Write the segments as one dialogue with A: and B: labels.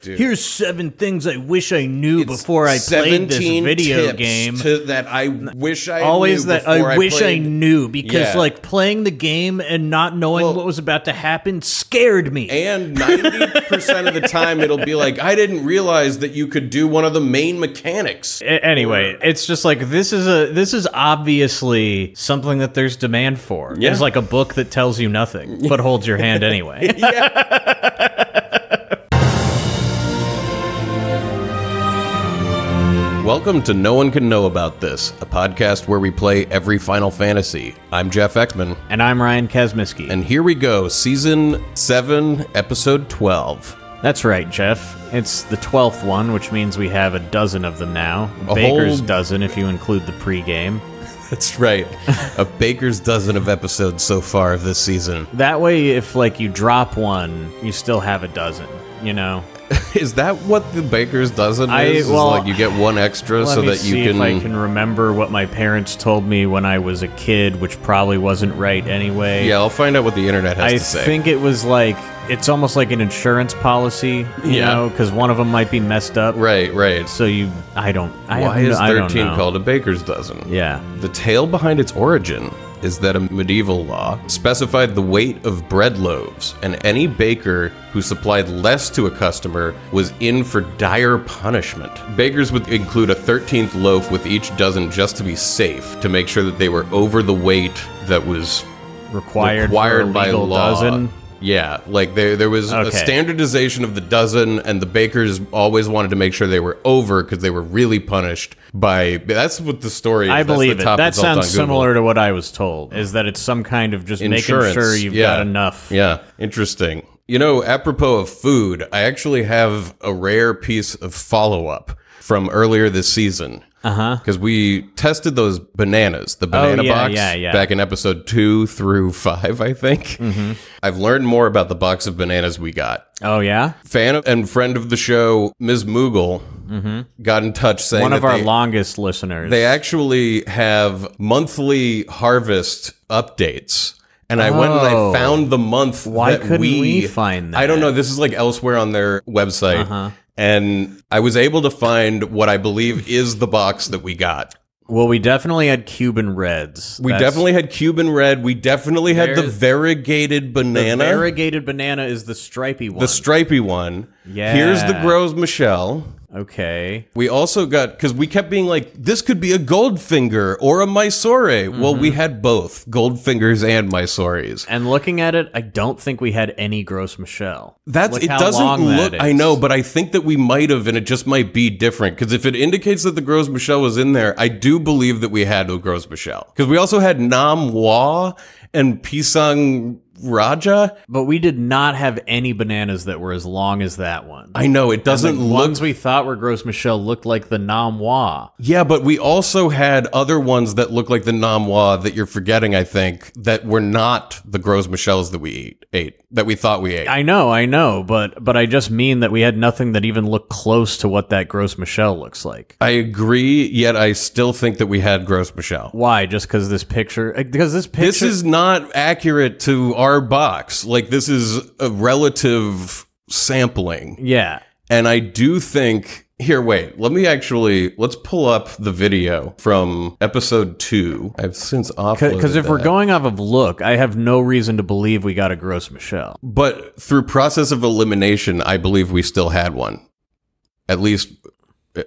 A: Dude.
B: Here's seven things I wish I knew
A: It's
B: before I played this
A: 17
B: video
A: tips
B: game.
A: to- that I wish I
B: Always
A: knew
B: that
A: before
B: I wish
A: played.
B: I knew because
A: Yeah.
B: like playing the game and not knowing
A: Well-
B: what was about to happen scared me.
A: And 90% of the time, it'll be like, I didn't realize that you could do one of the main mechanics.
C: A- anyway, it's just like this is a this is obviously something that there's demand for.
A: Yeah.
C: It's like a book that tells you nothing but holds your hand anyway.
A: Welcome to No One Can Know About This, a podcast where we play every Final Fantasy. I'm Jeff Ekman,
C: and I'm Ryan Kazmiski.
A: and here we go, season 7, episode 12.
C: That's right, Jeff. It's the twelfth one, which means we have a dozen of them now.
A: A
C: Baker's
A: whole-
C: dozen, if you include the pregame.
A: That's right, a baker's dozen of episodes so far of this season.
C: That way, if like you drop one, you still have a dozen. You know.
A: Is that what the baker's dozen is?
C: I-
A: Is
C: well,
A: like you get one extra
C: Let
A: so
C: me
A: that
C: see
A: you can,
C: if I can remember what my parents told me when I was a kid, which probably wasn't right anyway.
A: Yeah, I'll find out what the internet has
C: I
A: to say.
C: think it was like it's almost like an insurance policy, you
A: Yeah.
C: know, because one of them might be messed up.
A: right, right.
C: So you, I don't. I
A: Why
C: have no-
A: is
C: I don't
A: 13
C: know.
A: called a baker's dozen?
C: Yeah,
A: The tale behind its origin is that a medieval law specified the weight of bread loaves, and any baker who supplied less to a customer was in for dire punishment. Bakers would include a 13th loaf with each dozen just to be safe, to make sure that they were over the weight that was
C: required,
A: required
C: for a
A: by
C: legal
A: law.
C: dozen.
A: Yeah, like there there was a
C: Okay.
A: standardization of the dozen, and the bakers always wanted to make sure they were over because they were really punished by. That's what the story. Is.
C: I
A: That's the
C: believe it.
A: top
C: That
A: result on
C: sounds
A: Google.
C: similar to what I was told. Is that it's some kind of just making
A: Insurance,
C: sure you've
A: yeah.
C: got enough.
A: Yeah, interesting. You know, apropos of food, I actually have a rare piece of follow up from earlier this season. Uh huh. Because we tested those bananas, the
C: Uh-huh.
A: banana
C: Oh, yeah,
A: box,
C: yeah, yeah.
A: back in episode two through five, I think.
C: Mm-hmm.
A: I've learned more about the box of bananas we got.
C: Oh yeah,
A: Fan of- and friend of the show, Ms. Moogle, got in touch saying
C: Mm-hmm. one of
A: that
C: our
A: they,
C: longest listeners.
A: they actually have monthly harvest updates. And I went and I
C: Oh.
A: found the month.
C: Why
A: that
C: couldn't
A: we,
C: we find
A: I don't
C: that?
A: know. This is like elsewhere on their website.
C: Uh-huh.
A: And I was able to find what I believe is the box that we got.
C: well, we definitely had Cuban Reds.
A: We
C: That's-
A: definitely had Cuban red. We definitely had the
C: There's-
A: variegated
C: the
A: banana, the,
C: variegated banana is the stripy one.
A: stripy one.
C: Yeah.
A: Here's the Gros Michel.
C: okay.
A: We also got because we kept being like, this could be a Goldfinger or a Mysore. Well,
C: Mm-hmm.
A: we had both Goldfingers and Mysores.
C: And looking at it, I don't think we had any gross Michelle.
A: That's
C: Look
A: it.
C: how
A: Doesn't
C: long that
A: look. I
C: is.
A: know, but I think that we might have, and it just might be different. Because if it indicates that the Gros Michel was in there, I do believe that we had a Gros Michel. Because we also had Nam Wa and Pisang Raja.
C: But we did not have any bananas that were as long as that one.
A: I know it doesn't
C: the
A: look.
C: ones we thought were gross Michelle looked like the Namwa.
A: Yeah, but we also had other ones that look like the Namwa that you're forgetting, I think, that were not the Gros Michels that we eat, ate, that we thought we ate.
C: I know, I know, but but I just mean that we had nothing that even looked close to what that gross Michelle looks like.
A: I agree, yet I still think that we had Gros Michel.
C: Why? Just because this picture? uh, Because this picture.
A: This is not accurate to our box. Like, this is a relative sampling.
C: yeah.
A: And I do think. Here, wait. Let me actually let's pull up the video from episode two. I've since offloaded
C: Because if we're
A: that.
C: going off of look, I have no reason to believe we got a gross Michelle.
A: But through process of elimination, I believe we still had one. At least,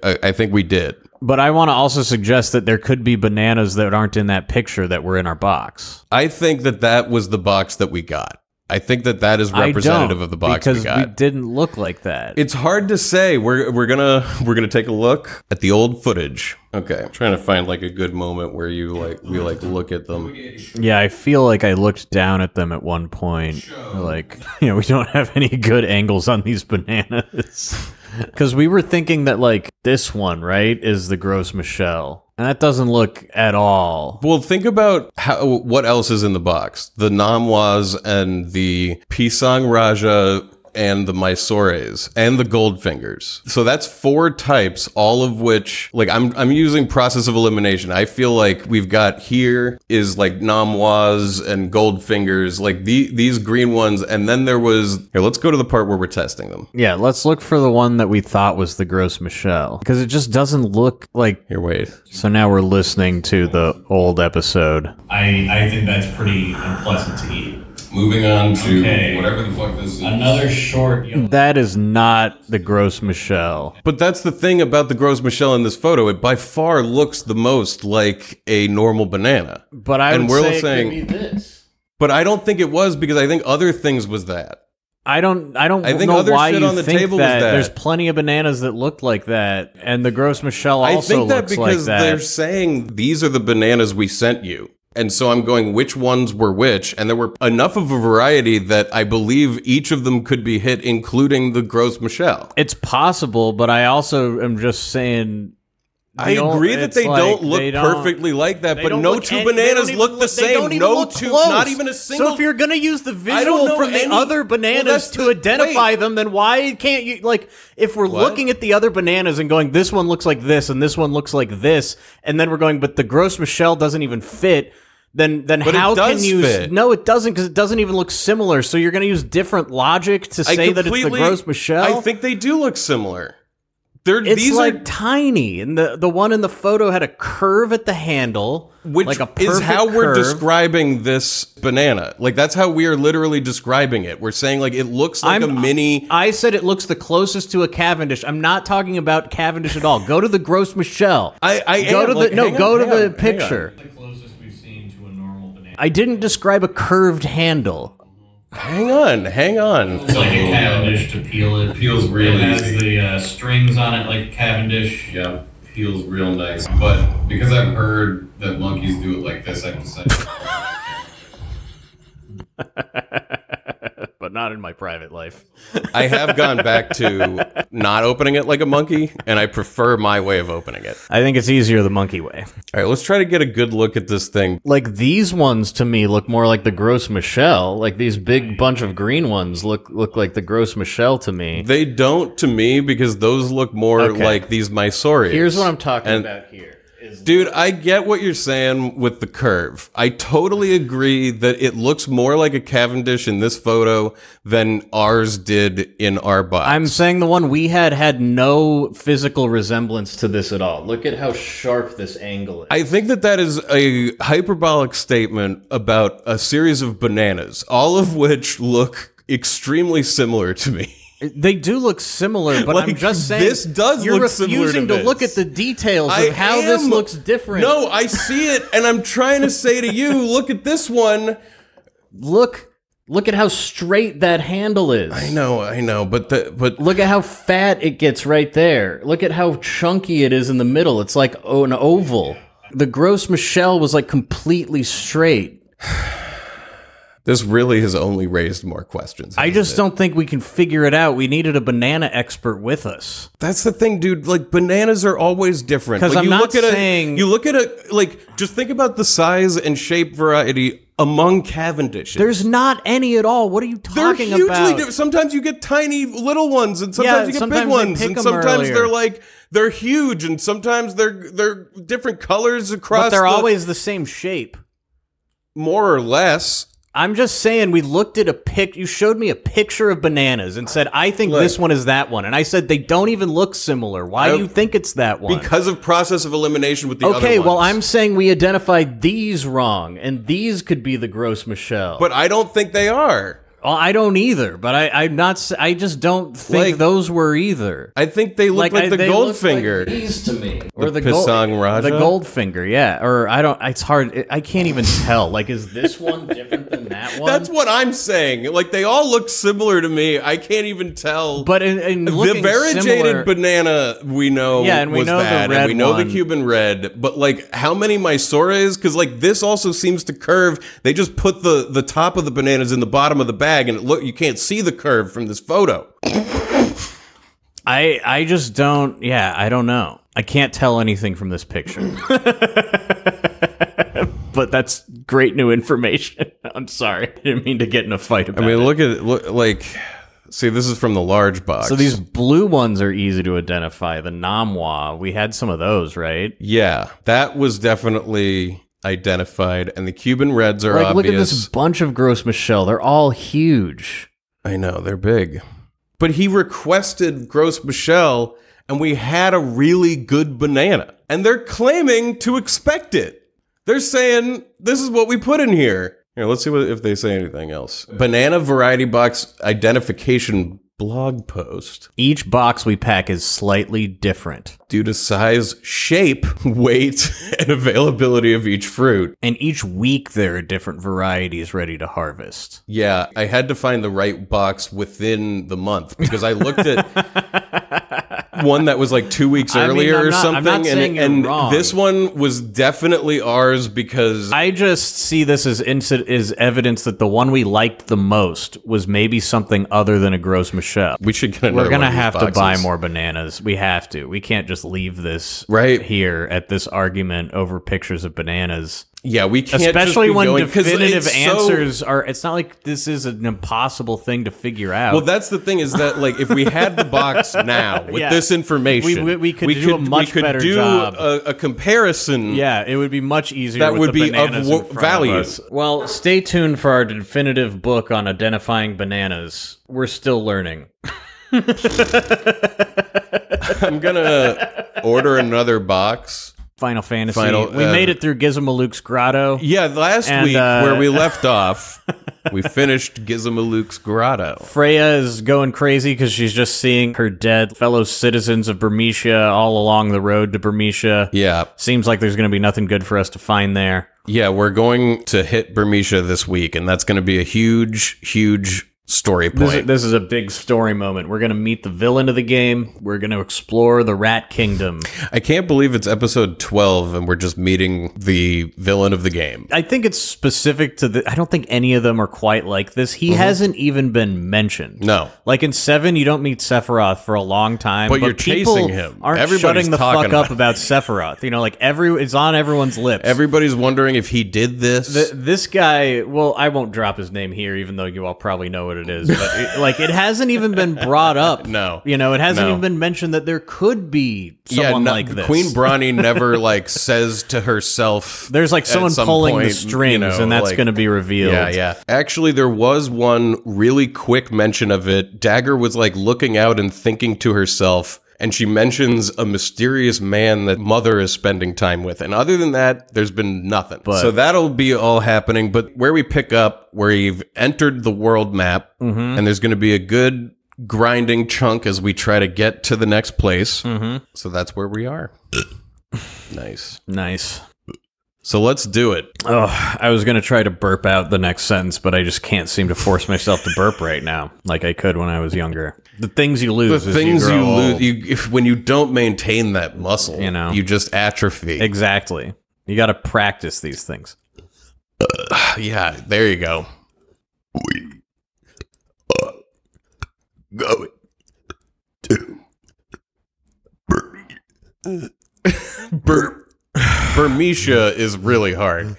A: I, I think we did.
C: But I want to also suggest that there could be bananas that aren't in that picture that were in our box.
A: I think that that was the box that we got. I think that that is
C: I
A: representative
C: don't,
A: of the box
C: because
A: we got.
C: didn't look like that.
A: it's hard to say. We're we're gonna we're gonna take a look at the old footage. Okay, I'm trying to find like a good moment where you like we like look at them.
C: yeah, I feel like I looked down at them at one point. Like, you know, we don't have any good angles on these bananas. Because we were thinking that like this one, right, is the gross Michelle, and that doesn't look at all.
A: Well, think about how what else is in the box: the Namwas and the Pisang Raja and the Mysores and the Goldfingers. So that's four types, all of which like I'm I'm using process of elimination. I feel like we've got here is like Namwaz and Goldfingers, like the, these green ones, and then there was here. Let's go to the part where we're testing them.
C: Yeah, let's look for the one that we thought was the gross Michelle because it just doesn't look like.
A: Here, wait.
C: So now we're listening to the old episode.
D: I, I think that's pretty unpleasant to eat.
A: Moving on to
D: Okay.
A: whatever the fuck this is.
D: Another short yellow.
C: That is not the gross Michelle.
A: But that's the thing about the gross Michelle in this photo. It by far looks the most like a normal banana.
C: But I
A: And
C: would
A: we're
C: say it
A: saying-
C: could be this.
A: But I don't think it was because I think other things was that.
C: I don't. I don't
A: I think
C: know
A: other
C: why
A: shit
C: you
A: on the
C: think
A: table was
C: that.
A: that.
C: There's plenty of bananas that look like that, and the gross Michelle
A: I
C: also
A: think that
C: looks
A: because
C: like
A: they're
C: that.
A: saying these are the bananas we sent you. And so I'm going which ones were which and there were enough of a variety that I believe each of them could be hit including the gross Michelle.
C: It's possible, but I also am just saying.
A: I
C: the ol-
A: agree that
C: it's
A: they
C: like
A: don't look
C: they don't-
A: perfectly like that,
C: they
A: but
C: don't
A: no
C: look
A: two
C: any- they
A: bananas
C: don't even
A: look the
C: they
A: same.
C: don't even
A: no
C: look
A: two,
C: close.
A: not even a single
C: So if you're gonna use the
A: I don't
C: visual
A: know
C: from the
A: any-
C: other
A: Well,
C: bananas
A: that's
C: to
A: the-
C: identify
A: wait.
C: them, then why can't you like if we're
A: What?
C: looking at the other bananas and going, this one looks like this and this one looks like this, and then we're going, but the gross Michelle doesn't even fit. Then, then
A: But it
C: how can
A: does
C: you? s-
A: fit.
C: No, it doesn't because it doesn't even look similar. So you're going to use different logic to say
A: I
C: that it's the
A: completely-
C: gross Michelle.
A: I think they do look similar. They're
C: It's
A: these
C: like
A: are
C: tiny, and the the one in the photo had a curve at the handle,
A: which
C: like a
A: is
C: perfect
A: how we're
C: curve.
A: describing this banana. Like that's how we are literally describing it. We're saying like it looks like
C: I'm-
A: a mini.
C: I said it looks the closest to a Cavendish. I'm not talking about Cavendish at all. Go to the gross Michelle.
A: I, I
C: go
A: am,
C: to the
A: like,
C: no.
A: hang on,
C: Go to
A: hang
C: the
A: on, hang on.
C: picture.
D: The closest we've seen to a normal banana.
C: I didn't describe a curved handle.
A: Hang on, hang on.
D: It's like a Cavendish to peel it.
A: Peels real
D: It has
A: easy.
D: the uh, strings on it like Cavendish.
A: Yeah, feels real nice. But because I've heard that monkeys do it like this, I've decided.
C: But not in my private life.
A: I have gone back to not opening it like a monkey, and I prefer my way of opening it.
C: I think it's easier the monkey way.
A: All right, let's try to get a good look at this thing.
C: Like these ones to me look more like the gross Michelle. Like these big bunch of green ones look look like the gross Michelle to me.
A: They don't to me because those look more
C: Okay.
A: like these Mysoreans.
C: Here's what I'm talking
A: And-
C: about here. Is
A: Dude, I get what you're saying with the curve. I totally agree that it looks more like a Cavendish in this photo than ours did in our box.
C: I'm saying the one we had had no physical resemblance to this at all. Look at how sharp this angle is.
A: I think that that is a hyperbolic statement about a series of bananas, all of which look extremely similar to me.
C: they do look similar, but I'm
A: Like,
C: just saying
A: this does
C: you're
A: look similar
C: refusing
A: to
C: to,
A: this.
C: look at the details
A: I
C: of how this
A: am-
C: looks different.
A: No, I see it, and I'm trying to say to you, look at this one.
C: look, look at how straight that handle is.
A: I know, I know, but the but
C: Look at how fat it gets right there. Look at how chunky it is in the middle. It's like oh, an oval. The gross Michelle was like completely straight.
A: this really has only raised more questions.
C: I just don't think we can figure it out. We needed a banana expert with us.
A: That's the thing, dude. Like bananas are always different.
C: 'Cause I'm
A: Like, you
C: not
A: look at
C: saying-
A: a, you look at a like just think about the size and shape variety among Cavendishes.
C: There's not any at all. What are you
A: they're
C: talking
A: hugely
C: about?
A: different. Sometimes you get tiny little ones, and sometimes
C: Yeah,
A: you get
C: sometimes
A: big
C: they
A: ones,
C: pick
A: and
C: 'em
A: sometimes
C: earlier.
A: they're like they're huge, and sometimes they're they're different colors across.
C: But they're
A: the-
C: always the same shape.
A: more or less.
C: I'm just saying we looked at a pic you showed me a picture of bananas and said I think
A: Look.
C: this one is that one and I said they don't even look similar. Why
A: I-
C: do you think it's that one?
A: Because of process of elimination with the other
C: Okay, well
A: ones.
C: I'm saying we identified these wrong and these could be the gross Michelle.
A: But I don't think they are.
C: Well, I don't either, but I I'm not s- I just don't think
A: Like-
C: those were either.
A: I think they look like,
C: I-
A: the
C: they look like
A: Goldfinger.
C: these to me, or
A: The
C: the, gold,
A: Pisang Raja?
C: the Goldfinger, yeah. Or I don't. It's hard. I- I can't even tell. Like, is this one different than that one?
A: That's what I'm saying. Like they all look similar to me. I can't even tell.
C: But in, in
A: the
C: looking similar,
A: variegated banana we know
C: Yeah, and we
A: was
C: know the
A: that, and
C: red
A: we know
C: one.
A: the Cuban red. But like, how many Mysores? Because like this also seems to curve. They just put the the top of the bananas in the bottom of the bag, and it look you can't see the curve from this photo.
C: I I just don't. Yeah, I don't know. I can't tell anything from this picture. but that's great new information. I'm sorry. I didn't mean to get in a fight about
A: I mean,
C: it.
A: look at look like See, this is from the large box.
C: So these blue ones are easy to identify. The Namwa, we had some of those, right?
A: Yeah, that was definitely identified, and the Cuban Reds are
C: Like,
A: obvious.
C: look at this bunch of Gross Michelle. They're all huge.
A: I know, they're big. But he requested Gross Michelle, and we had a really good banana. And they're claiming to expect it. They're saying, this is what we put in here. Here, let's see what, if they say anything else. Banana Variety Box identification blog post.
C: Each box we pack is slightly different,
A: Due to size, shape, weight, and availability of each fruit.
C: and each week there are different varieties ready to harvest.
A: Yeah, I had to find the right box within the month because I looked at one that was like two weeks
C: I mean,
A: earlier
C: I'm
A: or
C: not- I'm
A: something,
C: not saying
A: and,
C: you're
A: and
C: wrong.
A: this one was definitely ours because
C: I just see this as inci- as evidence that the one we liked the most was maybe something other than a Gross Michelle.
A: we should get. Another
C: We're gonna
A: one of these
C: have to buy
A: boxes.
C: more bananas. We have to. We can't just leave this
A: Right.
C: here at this argument over pictures of bananas.
A: Yeah, we can't. just
C: Especially
A: be
C: when
A: going- 'cause
C: definitive
A: it's so-
C: answers are. It's not like this is an impossible thing to figure out.
A: well, that's the thing is that like if we had the box now with
C: Yeah.
A: this information,
C: We- we- we could do a much
A: we could
C: better
A: do
C: job.
A: A, a comparison.
C: Yeah, it would be much easier.
A: That
C: with
A: would
C: the
A: be of
C: bananas
A: wo-
C: in front
A: value.
C: us. Well, stay tuned for our definitive book on identifying bananas. We're still learning.
A: I'm gonna order another box.
C: Final Fantasy.
A: Final-
C: we
A: uh,
C: made it through Gizmaluke's grotto.
A: Yeah, last
C: And,
A: week
C: uh,
A: where we left off, we finished Gizmaluke's grotto.
C: Freya is going crazy because she's just seeing her dead fellow citizens of Bermesia all along the road to Bermesia.
A: Yeah,
C: Seems like there's going to be nothing good for us to find there.
A: yeah, we're going to hit Bermesia this week, and that's going to be a huge, huge story
C: This is,
A: point.
C: this is a big story moment. We're going to meet the villain of the game. We're going to explore the Rat Kingdom.
A: I can't believe it's episode 12, and we're just meeting the villain of the game.
C: I think it's specific to the. I don't think any of them are quite like this.
A: Mm-hmm.
C: He hasn't even been mentioned.
A: No.
C: Like in seven, you don't meet Sephiroth for a long time,
A: But you're
C: people
A: chasing him.
C: Aren't
A: Everybody's
C: shutting the
A: talking
C: fuck
A: about
C: up about Sephiroth. You know, like every it's on everyone's lips.
A: Everybody's wondering if he did this.
C: Th- this guy, well, I won't drop his name here, even though you all probably know what it is. But it, like, it hasn't even been brought up.
A: No.
C: you know, it hasn't
A: No.
C: even been mentioned that there could be someone
A: no-
C: like this.
A: Queen Bronny never like says to herself.
C: There's like
A: at
C: someone
A: some
C: pulling the
A: point,
C: strings,
A: you know,
C: and that's
A: like-
C: going to be revealed.
A: Yeah, yeah. Actually, there was one really quick mention of it. Dagger was like looking out and thinking to herself, and she mentions a mysterious man that Mother is spending time with. And other than that, there's been nothing.
C: But-
A: so that'll be all happening. But where we pick up, where you've entered the world map,
C: Mm-hmm.
A: and there's going to be a good grinding chunk as we try to get to the next place.
C: Mm-hmm.
A: So that's where we are. nice.
C: Nice.
A: So let's do it.
C: Oh, I was going to try to burp out the next sentence, but I just can't seem to force myself to burp right now, like I could when I was younger. The things you
A: the
C: lose, as
A: things
C: you,
A: you,
C: grow
A: lose
C: old.
A: you, if, when you don't maintain that muscle
C: You know.
A: you just atrophy
C: exactly. You got to practice these things.
A: yeah there you go we are going to Bur- Burmesia is really hard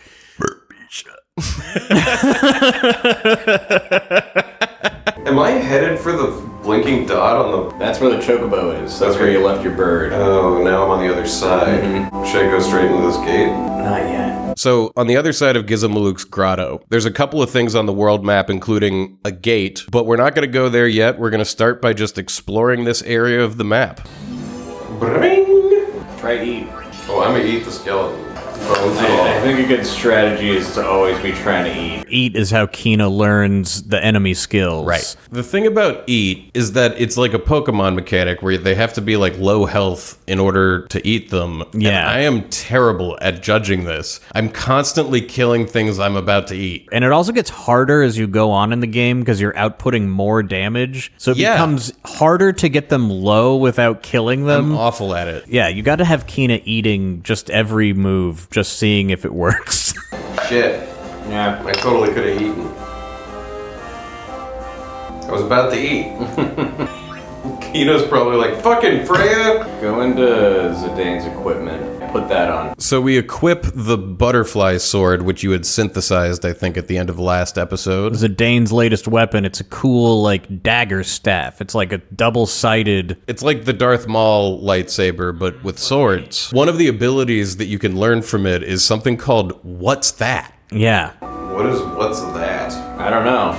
A: Am I headed for the blinking dot on the?
C: That's where the chocobo is. That's
A: where you
C: left your bird. Mm-hmm.
A: Oh, now I'm on the other side. Should I go straight into this gate?
C: Not yet.
A: So, on the other side of Gizmaluk's grotto, there's a couple of things on the world map, including a gate, but we're not going to go there yet. We're going to start by just exploring this area of the map.
C: Try to eat.
A: Oh, I'm going to eat the skeleton.
C: think a good strategy is to always be trying to eat. Eat is how Kina learns the enemy skills.
A: Right. The thing about eat is that it's like a Pokemon mechanic where they have to be like low health in order to eat them. And
C: Yeah.
A: I am terrible at judging this. I'm constantly killing things I'm about to eat.
C: And it also gets harder as you go on in the game because you're outputting more damage. So it
A: Yeah.
C: becomes harder to get them low without killing them.
A: I'm awful at it.
C: yeah, you got to have Kina eating just every move, just seeing if it works.
A: Shit.
C: Yeah.
A: I totally could have eaten. I was about to eat. Kino's probably like, fucking Freya!
E: Go into Zidane's equipment.
D: put that on.
F: So we equip the butterfly sword, which you had synthesized, I think, at the end of last episode.
C: It's a Dane's latest weapon. It's a cool like dagger staff. It's like a double sided.
F: It's like the Darth Maul lightsaber, but with swords. One of the abilities that you can learn from it is something called What's That?
C: Yeah,
D: What is what's that? I don't know.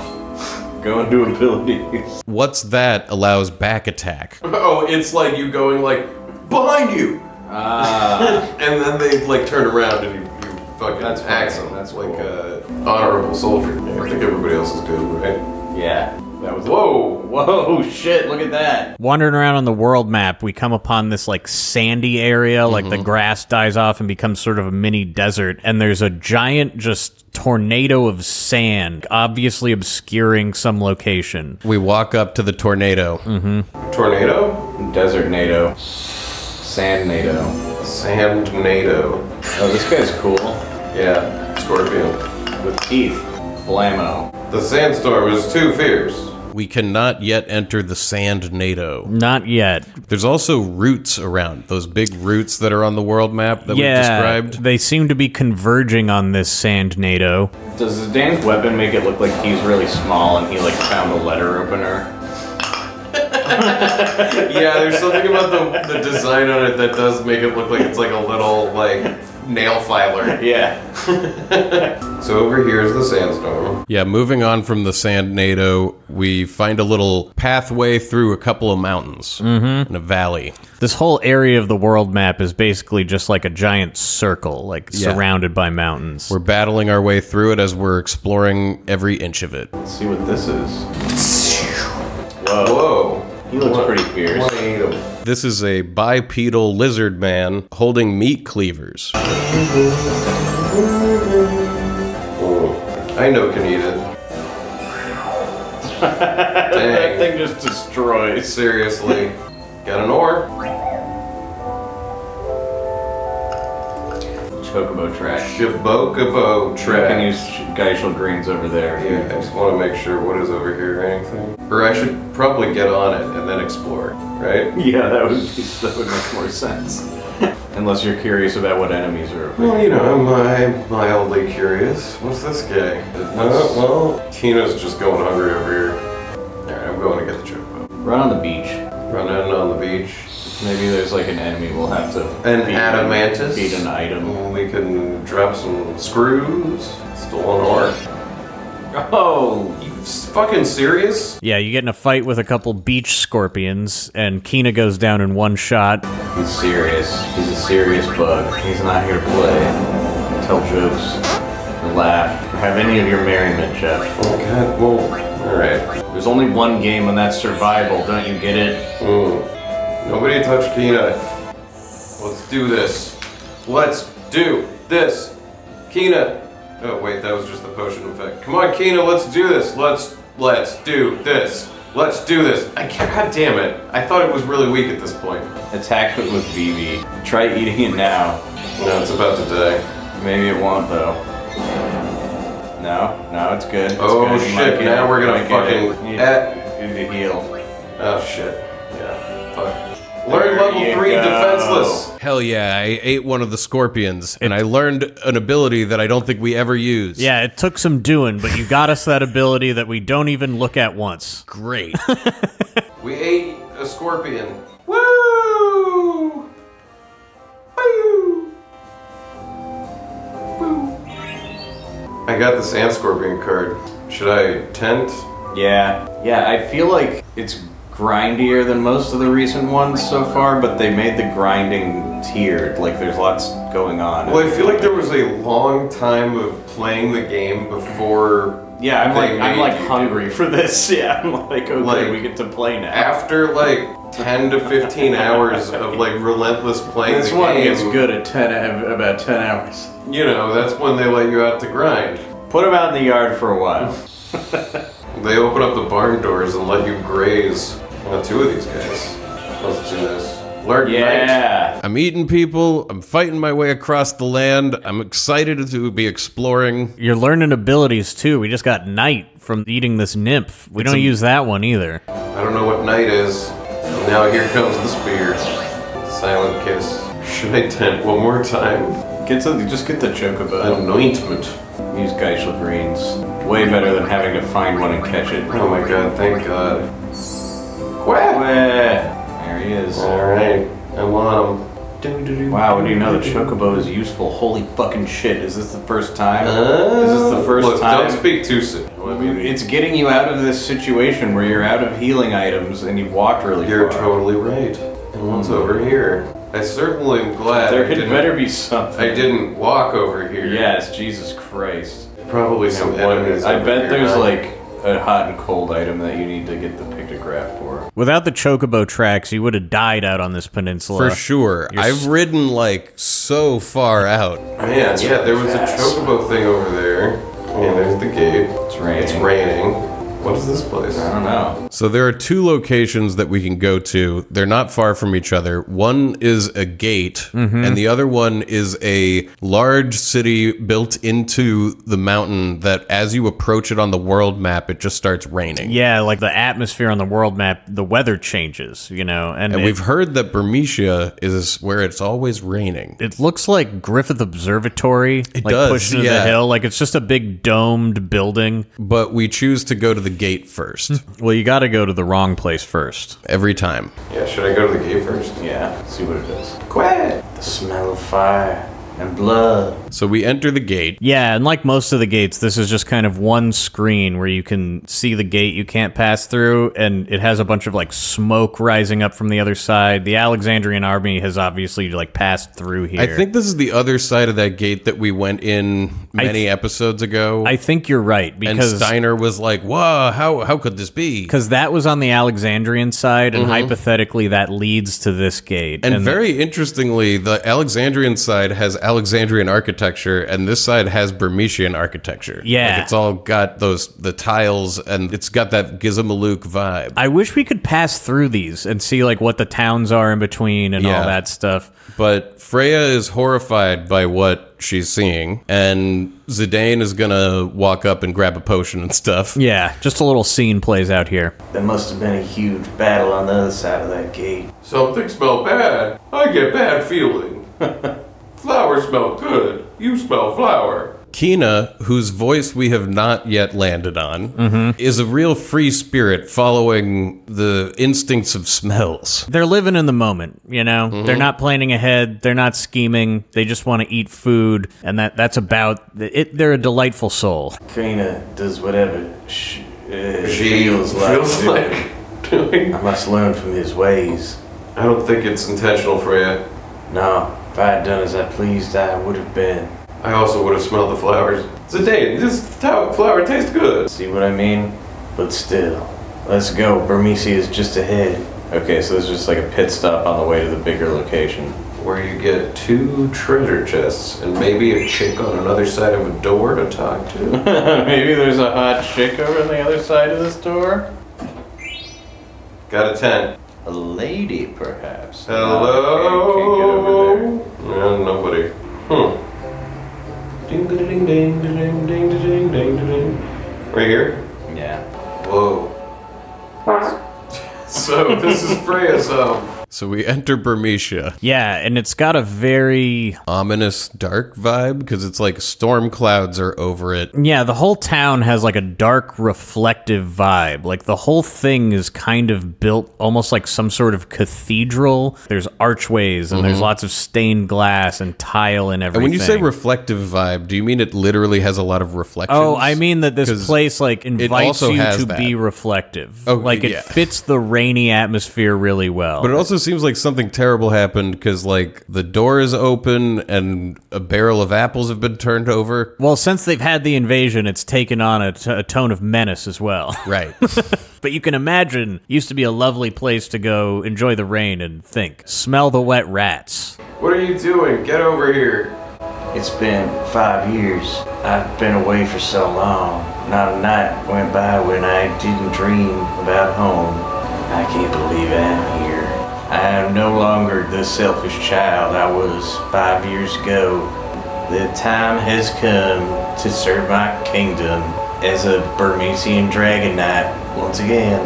D: Going to abilities.
F: What's That allows back attack.
D: oh, it's like you going like behind you. Ah,
F: And then they, like, turn around and you, you fucking
D: That's fucking- axe 'em. that's Like,
F: uh, honorable soldier. I think everybody else is doing, right?
D: yeah. That was whoa, whoa, shit! Look at that.
C: wandering around on the world map, we come upon this like sandy area, like the grass dies off and becomes sort of a mini desert, and there's a giant just tornado of sand, obviously obscuring some location.
F: We walk up to the tornado.
D: Mm-hmm. Tornado, desert NATO, sand NATO.
A: Sand NATO.
D: Oh, this guy's cool.
A: Yeah, Scorpion.
D: with teeth. Blammo.
A: The sandstorm is too fierce.
F: We cannot yet enter the sand NATO.
C: Not yet.
F: There's also roots around, those big roots that are on the world map that
C: yeah,
F: we described.
C: they seem to be converging on this sand NATO.
D: Does Zidane's weapon make it look like he's really small and he like found a letter opener?
A: Yeah, there's something about the, the design on it that does make it look like it's like a little like nail filer.
D: Yeah.
A: So over here is the sandstorm.
F: Yeah, moving on from the sand NATO, we find a little pathway through a couple of mountains mm-hmm. in a valley.
C: This whole area of the world map is basically just like a giant circle, like
F: Yeah.
C: surrounded by mountains.
F: We're battling our way through it as we're exploring every inch of it.
D: Let's see what this is.
A: Whoa.
D: He looks pretty fierce.
A: Want to eat 'em.
F: This is a bipedal lizard man holding meat cleavers.
A: Mm. I know can eat it.
D: that
A: Dang.
D: thing just destroys.
A: Seriously. Got an ore.
D: Chocobo trash.
A: Shibokobo
D: I can
A: track.
D: use Geishel greens over there.
A: Yeah, I just want to make sure what is over here or anything. Or I should probably get on it and then explore, right?
D: Yeah, that would be, that would make more sense. Unless you're curious about what enemies are over
A: Well, you know, I'm mildly curious. What's this guy? Uh, well, Tina's just going hungry over here. Alright, I'm going to get the chocobo.
D: Run on the beach.
A: Running on the beach.
D: Maybe there's like an enemy we'll have to
A: An
D: beat-
A: adamantus.
D: Beat an item.
A: We can drop some screws. Stolen ore.
D: Oh,
A: You s- fucking serious?
C: Yeah, you get in a fight with a couple beach scorpions, and Kina goes down in one shot.
D: He's serious. He's a serious bug. He's not here to play, tell jokes, or laugh, or have any of your merriment, Jeff.
A: Oh, God, well, alright.
D: There's only one game, and that's survival. Don't you get it?
A: Mm. Nobody touch Kina. Let's do this. Let's do this. Kina. Oh wait, that was just the potion effect. Come on, Kina, let's do this. Let's let's do this. Let's do this. I can't, God damn it. I thought it was really weak at this point.
D: Attack it with BB. Try eating it now.
A: No, it's about to die.
D: Maybe it won't though. No, no, it's good. It's
A: Oh,
D: good. You might
A: shit,
D: get
A: now
D: it.
A: we're gonna
D: You might get
A: fucking-
D: it. You-
A: eh.
D: you need to heal.
A: Oh shit. Yeah. Fuck.
D: There
A: Learn level
D: you
A: three
D: go.
A: defenseless.
F: Hell yeah, I ate one of the scorpions, and I learned an ability that I don't think we ever used.
C: Yeah, it took some doing, but you got us that ability that we don't even look at once.
F: Great.
A: We ate a scorpion. Woo! Woo! Woo! I got the sand scorpion card. Should I tent?
D: Yeah, yeah, I feel like it's grindier than most of the recent ones so far, but they made the grinding tiered. Like, there's lots going on.
A: Well, I feel like there was a long time of playing the game before.
D: yeah, I'm
A: they
D: like, I'm
A: made
D: like
A: you
D: hungry for this. Yeah, I'm like, okay,
A: Like-
D: we get to play now.
A: After like 10 to 15 hours of like relentless playing
D: This
A: the
D: one
A: game,
D: gets good at ten av- about ten hours.
A: you know, that's when they let you out to grind.
D: Put them out in the yard for a while.
A: They open up the barn doors and let you graze on two of these guys. Let's do this. Lurk Knight.
D: Yeah,
F: I'm eating people, I'm fighting my way across the land, I'm excited to be exploring.
C: You're learning abilities too. We just got Knight from eating this nymph. We don't use that one either.
A: I don't know what night is. Now here comes the spear. Silent kiss.
G: Should I tent one more time?
E: Get something. Just get the chocobo.
G: An ointment.
E: Use geisha greens. Way better than having to find one and catch it.
G: Oh my god, thank god. Quack!
E: Wah! There he is.
G: Alright, I want him.
E: Wow, what do you know? The chocobo is useful. Holy fucking shit! Is this the first time? is this the first
G: Oh, Look,
E: time?
G: Don't speak too soon.
E: It's getting you out of this situation where you're out of healing items and you've walked really
G: You're
E: far.
G: totally right. And one's over here. I certainly am glad
E: There
G: I
E: had
G: didn't,
E: better be something.
G: I didn't walk over here.
E: Yes, Jesus Christ.
G: Probably some enemies.
E: I
G: over
E: bet
G: here,
E: there's
G: huh?
E: like a hot and cold item that you need to get the pictograph for.
C: Without the chocobo tracks, you would have died out on this peninsula.
A: For sure. I've ridden like so far out.
G: Man, yeah, there was a chocobo thing over there. And there's the gate. It's
E: raining.
G: It's raining. What is this place?
E: I don't know.
A: So there are two locations that we can go to. They're not far from each other. One is a gate,
E: Mm-hmm.
A: and the other one is a large city built into the mountain that as you approach it on the world map, it just starts raining.
C: Yeah, like the atmosphere on the world map, the weather changes, you know, and,
A: And
C: it,
A: we've heard that Bermesia is where it's always raining.
C: it looks like Griffith Observatory, it like
A: does,
C: pushing to
A: yeah.
C: the hill. Like it's just a big domed building.
A: But we choose to go to the gate first
C: Well, you got to go to the wrong place first.
A: every time.
G: Yeah, should I go to the gate first?
E: Yeah, see what it is.
G: Quack!
E: The smell of fire and blood.
A: So we enter the gate.
C: Yeah, and like most of the gates, this is just kind of one screen where you can see the gate you can't pass through, and it has a bunch of like smoke rising up from the other side. The Alexandrian army has obviously like passed through here.
A: I think this is the other side of that gate that we went in many episodes ago.
C: I think you're right
A: and
C: because
A: Steiner was like, "Whoa, how how could this be?"
C: because that was on the Alexandrian side, and hypothetically that leads to this gate.
A: Mm-hmm. And,
C: the-
A: very interestingly, the Alexandrian side has Alexandrian architecture, and this side has Burmesian architecture.
C: Yeah.
A: Like, it's all got those the tiles, and it's got that Gizmaluk vibe.
C: I wish we could pass through these and see like what the towns are in between and
A: Yeah.
C: all that stuff.
A: But Freya is horrified by what she's seeing, and Zidane is gonna walk up and grab a potion and stuff.
C: Yeah, just a little scene plays out here.
E: There must have been a huge battle on the other side of that gate.
G: Something smell bad. I get bad feeling. Flowers smell good. You smell flower.
A: Kina, whose voice we have not yet landed on, is a real free spirit following the instincts of smells.
C: They're living in the moment, you know.
A: Mm-hmm.
C: They're not planning ahead. They're not scheming. They just want to eat food, and that that's about it. They're a delightful soul.
E: Kana does whatever she, uh,
G: She
E: feels like.
G: Feels
E: doing.
G: like doing.
E: I must learn from his ways.
G: I don't think it's intentional, Freya.
E: No, if I had done as I pleased, I would have been.
G: I also would have smelled the flowers. Zidane, this tow- flower tastes good.
E: See what I mean? But still, let's go. Bermisi is just ahead. Okay, so there's just like a pit stop on the way to the bigger location.
G: Where you get two treasure chests and maybe a chick on another side of a door to talk to.
E: Maybe there's a hot chick over on the other side of this door?
G: Got a tent.
E: A lady, perhaps.
G: Hello. Yeah, nobody. Hmm. Ding ding ding ding ding ding ding ding ding. Right here.
E: Yeah.
G: Whoa. So this is Freya's home.
A: So we enter Burmesia.
C: Yeah, and it's got a very
A: Ominous dark vibe, because it's like storm clouds are over it.
C: yeah. The whole town has like a dark, reflective vibe. Like the whole thing is kind of built almost like some sort of cathedral. There's archways and there's lots of stained glass and tile and
A: Mm-hmm. And
C: everything.
A: when you say reflective vibe, do you mean it literally has a lot of reflections?
C: Oh, I mean that this
A: 'Cause
C: place like invites
A: also
C: you
A: has
C: to
A: that.
C: be reflective.
A: Oh,
C: like it
A: yeah.
C: fits the rainy atmosphere really well.
A: But it also seems like something terrible happened because, like, the door is open and a barrel of apples have been turned over.
C: well, since they've had the invasion, it's taken on a, t- a tone of menace as well.
A: Right.
C: but you can imagine, used to be a lovely place to go enjoy the rain and think, smell the wet rats.
G: What are you doing? Get over here.
E: It's been five years. I've been away for so long. Not a night went by when I didn't dream about home. I can't believe I'm here. I am no longer the selfish child I was five years ago. The time has come to serve my kingdom as a Burmesian dragon knight once again.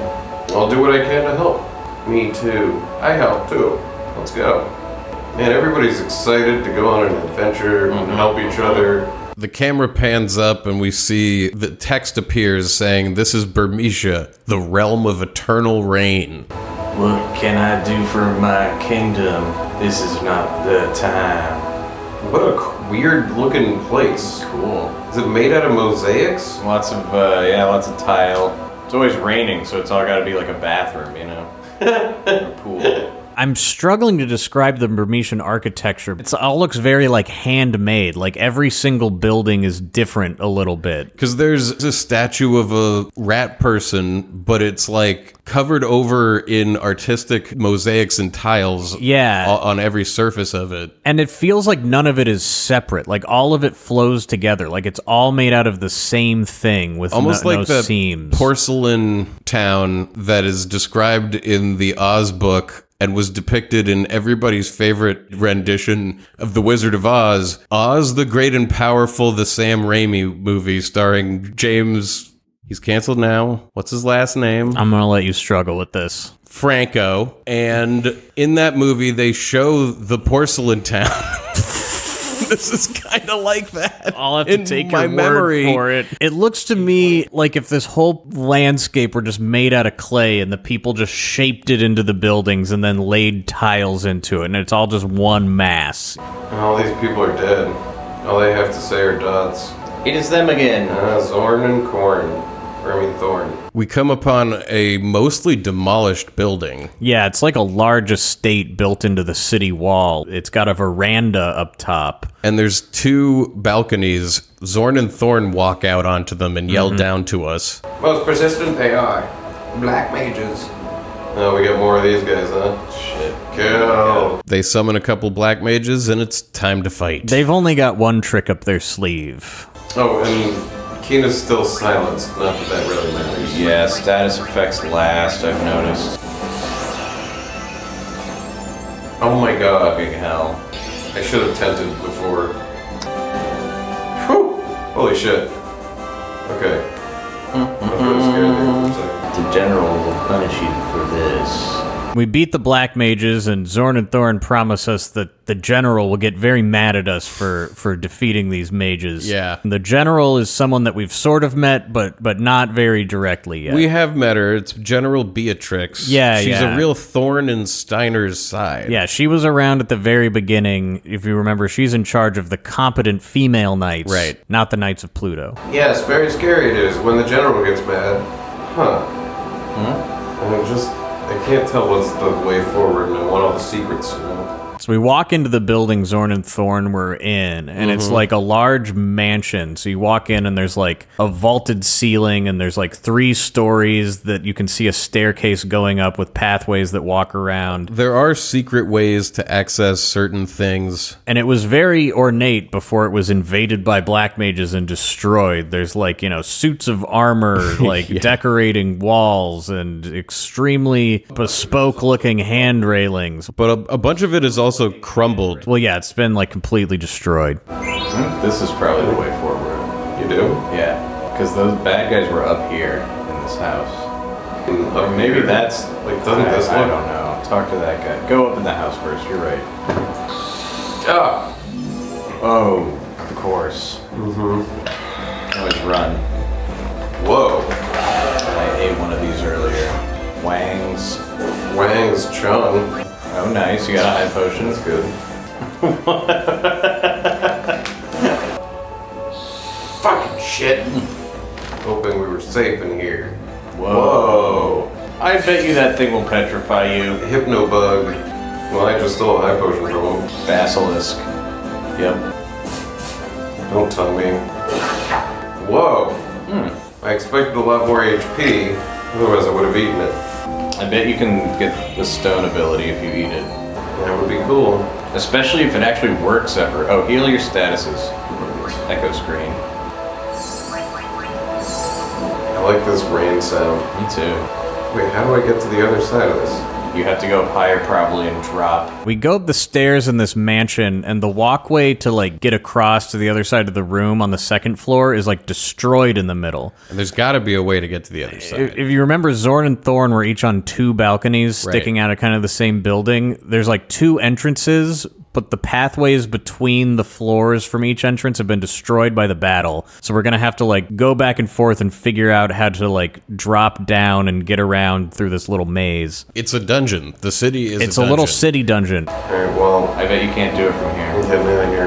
G: I'll do what I can to help. Me too. I help too. Let's go. Man, everybody's excited to go on an adventure
C: Mm-hmm.
G: and help each other.
A: The camera pans up and we see the text appears saying, This is Burmesia, the realm of eternal rain.
E: What can I do for my kingdom? This is not the time.
G: What a weird looking place.
E: Cool.
G: Is it made out of mosaics?
E: Lots of, uh, yeah, lots of tile. It's always raining, so it's all gotta be like a bathroom, you know? or pool.
C: I'm struggling to describe the Burmesian architecture. It's all looks very like handmade. Like every single building is different a little bit.
A: Because there's a statue of a rat person, but it's like covered over in artistic mosaics and tiles
C: Yeah.
A: o- on every surface of it.
C: And it feels like none of it is separate. Like all of it flows together. Like it's all made out of the same thing with
A: Almost
C: no,
A: like
C: no
A: the
C: seams.
A: porcelain town that is described in the Oz book and was depicted in everybody's favorite rendition of The Wizard of Oz, Oz the Great and Powerful, the Sam Raimi movie starring James. He's canceled now. What's his last name?
C: I'm gonna let you struggle with this.
A: Franco. And in that movie, they show the porcelain town. this is kind of like that.
C: I'll have
A: In my memory-
C: it. It looks to me like if this whole landscape were just made out of clay and the people just shaped it into the buildings and then laid tiles into it, and it's all just one mass.
G: And all these people are dead. All they have to say are dots.
E: It is them again.
G: Ah, Zorn and Corn. Or I mean Thorn.
A: We come upon a mostly demolished building.
C: Yeah, it's like a large estate built into the city wall. It's got a veranda up top.
A: and there's two balconies. Zorn and Thorn walk out onto them and yell down to us.
G: Mm-hmm. Most persistent they are. Black mages. Oh, we got more of these guys, huh? Shit. Go.
A: They summon a couple black mages, and it's time to fight.
C: They've only got one trick up their sleeve.
G: Oh, and Kina's still silenced. Not that that really matters.
E: Yeah, status effects last, I've noticed.
G: Oh my god.
E: Fucking hell.
G: I should have tented before. Whew. Holy shit. Okay. That's what scared me for a
C: Mm-hmm.
G: second.
E: The general will punish you for this.
C: We beat the black mages, and Zorn and Thorn promise us that the general will get very mad at us for for defeating these mages.
A: Yeah.
C: the general is someone that we've sort of met, but but not very directly yet.
A: we have met her. It's General Beatrix.
C: Yeah,
A: she's
C: yeah.
A: a real thorn in Steiner's side.
C: yeah, she was around at the very beginning. If you remember, she's in charge of the competent female knights,
A: Right.
C: Not the knights of Pluto.
G: Yes, very scary it is when the general gets mad. Huh. Hmm? I'm just. I can't tell what's the way forward and I want all the secrets, you know?
C: So we walk into the building Zorn and Thorn were in, and it's like a large mansion. So you walk in, and there's like a vaulted ceiling, and there's like three stories that you can see a staircase going up with pathways that walk around.
A: There are secret ways to access certain things.
C: And it was very ornate before it was invaded by black mages and destroyed. There's like, you know, suits of armor, like decorating walls, and extremely bespoke looking hand railings.
A: But a, a bunch of it is also crumbled.
C: Well, yeah, it's been like completely destroyed.
E: This is probably the way forward.
G: You do?
E: Yeah, because those bad guys were up here in this house.
G: Or
E: Or maybe that's
G: Like, doesn't
E: I,
G: this
E: I
G: look-
E: don't know. Talk to that guy. Go up in the house first. You're right.
G: Ah!
E: Oh, of course. Mm-hmm. Always run.
G: Whoa.
E: I ate one of these earlier. Wangs.
G: Wang's Chung.
E: Oh, nice. You got a high potion. That's good.
G: Fucking shit. Hoping we were safe in here.
E: Whoa. I bet you that thing will petrify you.
G: Hypnobug. Well, I just stole a high potion from him.
E: Basilisk. Yep.
G: Don't tell me. Whoa.
E: Hmm.
G: I expected a lot more HP, otherwise I would have eaten it.
E: I bet you can get the stone ability if you eat it.
G: That would be cool.
E: Especially if it actually works ever. Oh, heal your statuses. Echo screen.
G: I like this rain sound.
E: Me too.
G: Wait, how do I get to the other side of this?
E: You have to go up higher probably and drop.
C: We go up the stairs in this mansion, and the walkway to like get across to the other side of the room on the second floor is like destroyed in the middle.
A: And there's got to be a way to get to the other
C: If,
A: side.
C: if you remember, Zorn and Thorn were each on two balconies
A: Right.
C: sticking out of kind of the same building. There's like two entrances, but the pathways between the floors from each entrance have been destroyed by the battle. So we're going to have to like go back and forth and figure out how to like drop down and get around through this little maze.
H: It's a dungeon. The city is
C: It's a little
H: dungeon.
C: city dungeon.
A: Alright, well,
I: I bet you can't do it from here.
A: I'm getting out of here.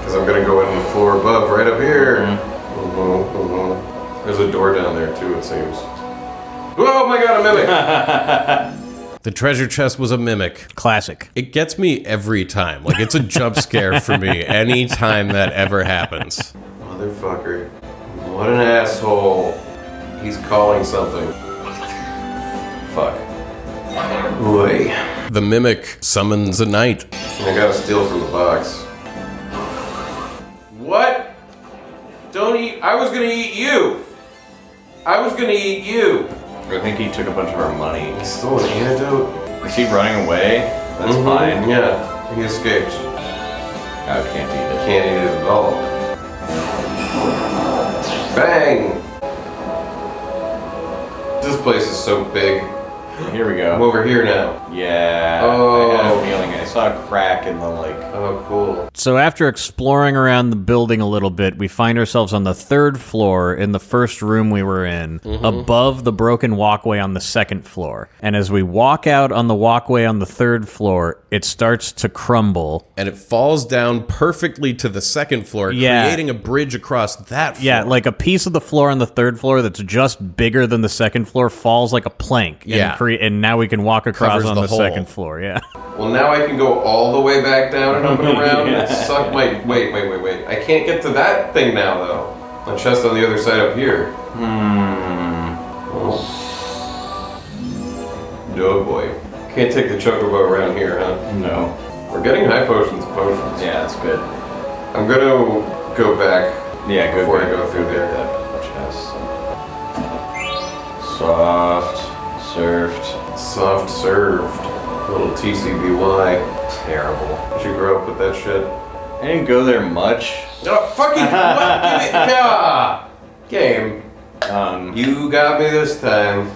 A: Because I'm gonna go in the floor above, right up here. Mhm, mhm. There's a door down there too, it seems. Oh my god, a mimic!
H: The treasure chest was a mimic.
C: Classic.
H: It gets me every time. Like it's a jump scare for me any time that ever happens.
A: Motherfucker. What an asshole. He's calling something. Fuck. Boy.
H: The mimic summons a knight.
A: I gotta steal from the box. What? Don't eat. I was gonna eat you! I was gonna eat you!
I: I think he took a bunch of our money.
A: He stole an antidote?
I: Is he running away?
G: Mm-hmm.
I: That's
A: Mhm,
I: fine.
A: Yeah, he escaped.
I: I can't eat it.
A: Can't eat it at all. Bang! This place is so big.
I: Here we
A: I'm
I: go.
A: over here now.
I: Yeah. I had
A: Oh.
I: a feeling. I saw a crack in the like.
A: Oh, cool.
C: So after exploring around the building a little bit, we find ourselves on the third floor in the first room we were in,
H: Mm-hmm.
C: above the broken walkway on the second floor. And as we walk out on the walkway on the third floor, it starts to crumble.
H: And it falls down perfectly to the second floor,
C: Yeah.
H: creating a bridge across that floor.
C: Yeah, like a piece of the floor on the third floor that's just bigger than the second floor falls like a plank. and
H: Yeah.
C: crea- and now we can walk across
H: Covers
C: on
H: the
C: the,
H: hole.
C: second floor. Yeah,
A: Well, now I can go all the way back down and up and around and suck my. Wait, wait, wait, wait. I can't get to that thing now, though. My chest on the other side up here. Hmm. Oh. oh boy. Can't take the chocobo around here, huh?
I: No.
A: We're getting high potions, potions.
I: Yeah, that's good.
A: I'm gonna go back
I: Yeah, good.
A: before I
I: good.
A: go through there.
I: Chest. Soft. Surfed.
A: Soft served. Little TCBY.
I: Terrible.
A: Did you grow up with that shit?
I: I didn't go there much.
A: Oh, fucking what? Give it- Ah! Game.
I: Um,
A: You got me this time.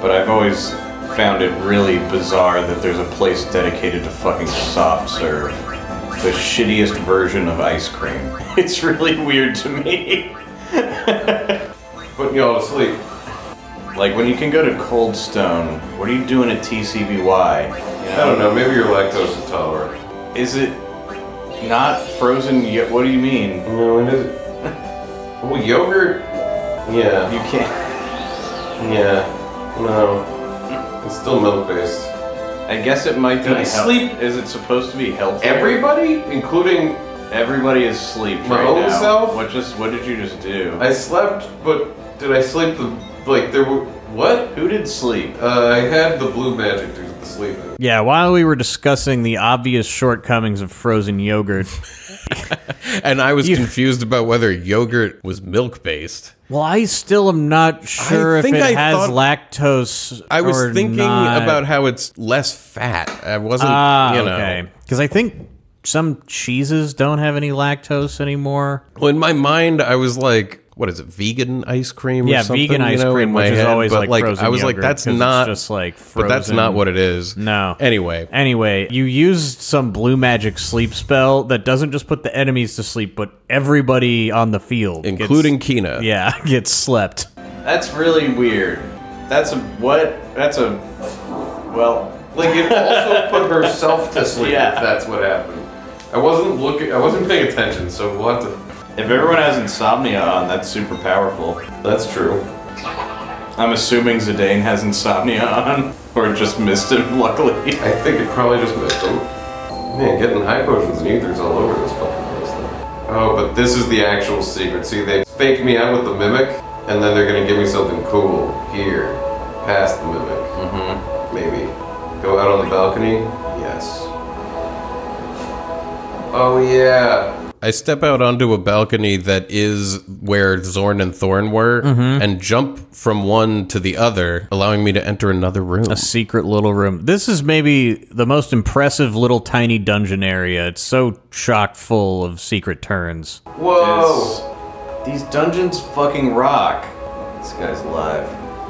I: but I've always found it really bizarre that there's a place dedicated to fucking soft serve. The shittiest version of ice cream. It's really weird to me.
A: Putting y'all to sleep.
I: Like when you can go to Cold Stone, what are you doing at TCBY? You
A: I don't know, maybe you're lactose intolerant.
I: Is it not frozen yet? What do you mean?
A: No, it isn't. Oh, yogurt? Yeah,
I: You can't.
A: yeah. No. It's still milk based.
I: I guess it might be.
A: Did I
I: health-
A: sleep?
I: Is it supposed to be healthy?
A: Everybody? Including.
I: Everybody is asleep
A: My
I: right
A: own
I: now.
A: self?
I: What just? What did you just do?
A: I slept, but did I sleep the. Like, there were. What?
I: Who did sleep?
A: Uh, I had the blue magic to the sleeping.
C: yeah. While we were discussing the obvious shortcomings of frozen yogurt,
H: And I was confused about whether yogurt was milk based.
C: well, I still am not sure if
H: think
C: it
H: I
C: has
H: thought-
C: lactose.
H: I was
C: or
H: thinking
C: not.
H: about how it's less fat. I wasn't,
C: Ah,
H: you know.
C: okay. Because I think some cheeses don't have any lactose anymore.
H: Well, in my mind, I was like, what is it, vegan ice cream? or
C: yeah,
H: something,
C: vegan
H: you
C: ice
H: know,
C: cream,
H: in my
C: which is
H: head,
C: always
H: but,
C: like, frozen
H: I was like,
C: yogurt,
H: that's
C: 'cause it's
H: not
C: just like
H: But
C: frozen.
H: that's not what it is.
C: No.
H: Anyway,
C: Anyway, you used some blue magic sleep spell that doesn't just put the enemies to sleep, but everybody on the field, gets-
H: including Kina.
C: yeah, gets slept.
I: That's really weird. That's a what? That's a. Well,
A: Like it also put herself to sleep.
I: Yeah.
A: If that's what happened. I wasn't looking. I wasn't paying attention. So we'll have to.
I: if everyone has insomnia on, that's super powerful.
A: That's true.
I: I'm assuming Zidane has insomnia on, or just missed him. Luckily.
A: I think it probably just missed him. Man, getting high potions and ethers all over this fucking place. Though. Oh, but this is the actual secret. See, they fake me out with the mimic, and then they're gonna give me something cool here, past the mimic. Mm-hmm. Maybe. Go out on the balcony. Yes. Oh yeah.
H: I step out onto a balcony that is where Zorn and Thorn were and jump from one to the other, allowing me to enter another room.
C: A secret little room. This is maybe the most impressive little tiny dungeon area. It's so chock full of secret turns.
A: Whoa.
I: These dungeons fucking rock. This guy's alive.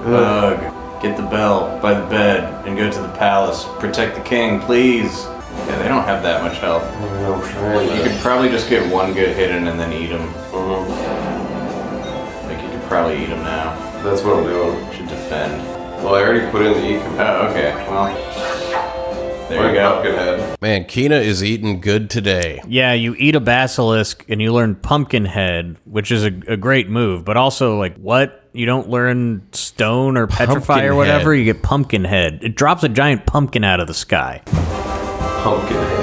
I: Ugh. Get the bell by the bed and go to the palace. Protect the king, please.
E: Yeah, they don't have that much health. You could
A: Alright,
E: probably just get one good hit in and then eat them.
A: mhm.
E: Like, you could probably eat them now.
A: That's what I'm doing.
E: Should defend.
A: Well, I already put in the E command.
E: Oh, okay. Well, there you go.
A: Pumpkin head.
J: Man, Kina is eating good today.
C: Yeah, you eat a basilisk and you learn pumpkin head, which is a, a great move, but also like what? You don't learn stone or petrify
J: Pumpkin
C: or whatever,
J: head.
C: you get pumpkin head. It drops a giant pumpkin out of the sky.
A: Pumpkin head.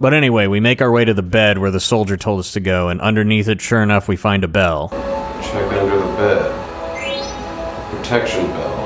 C: But anyway, we make our way to the bed where the soldier told us to go, and underneath it, sure enough, we find a bell.
A: Check under the bed. Protection bell.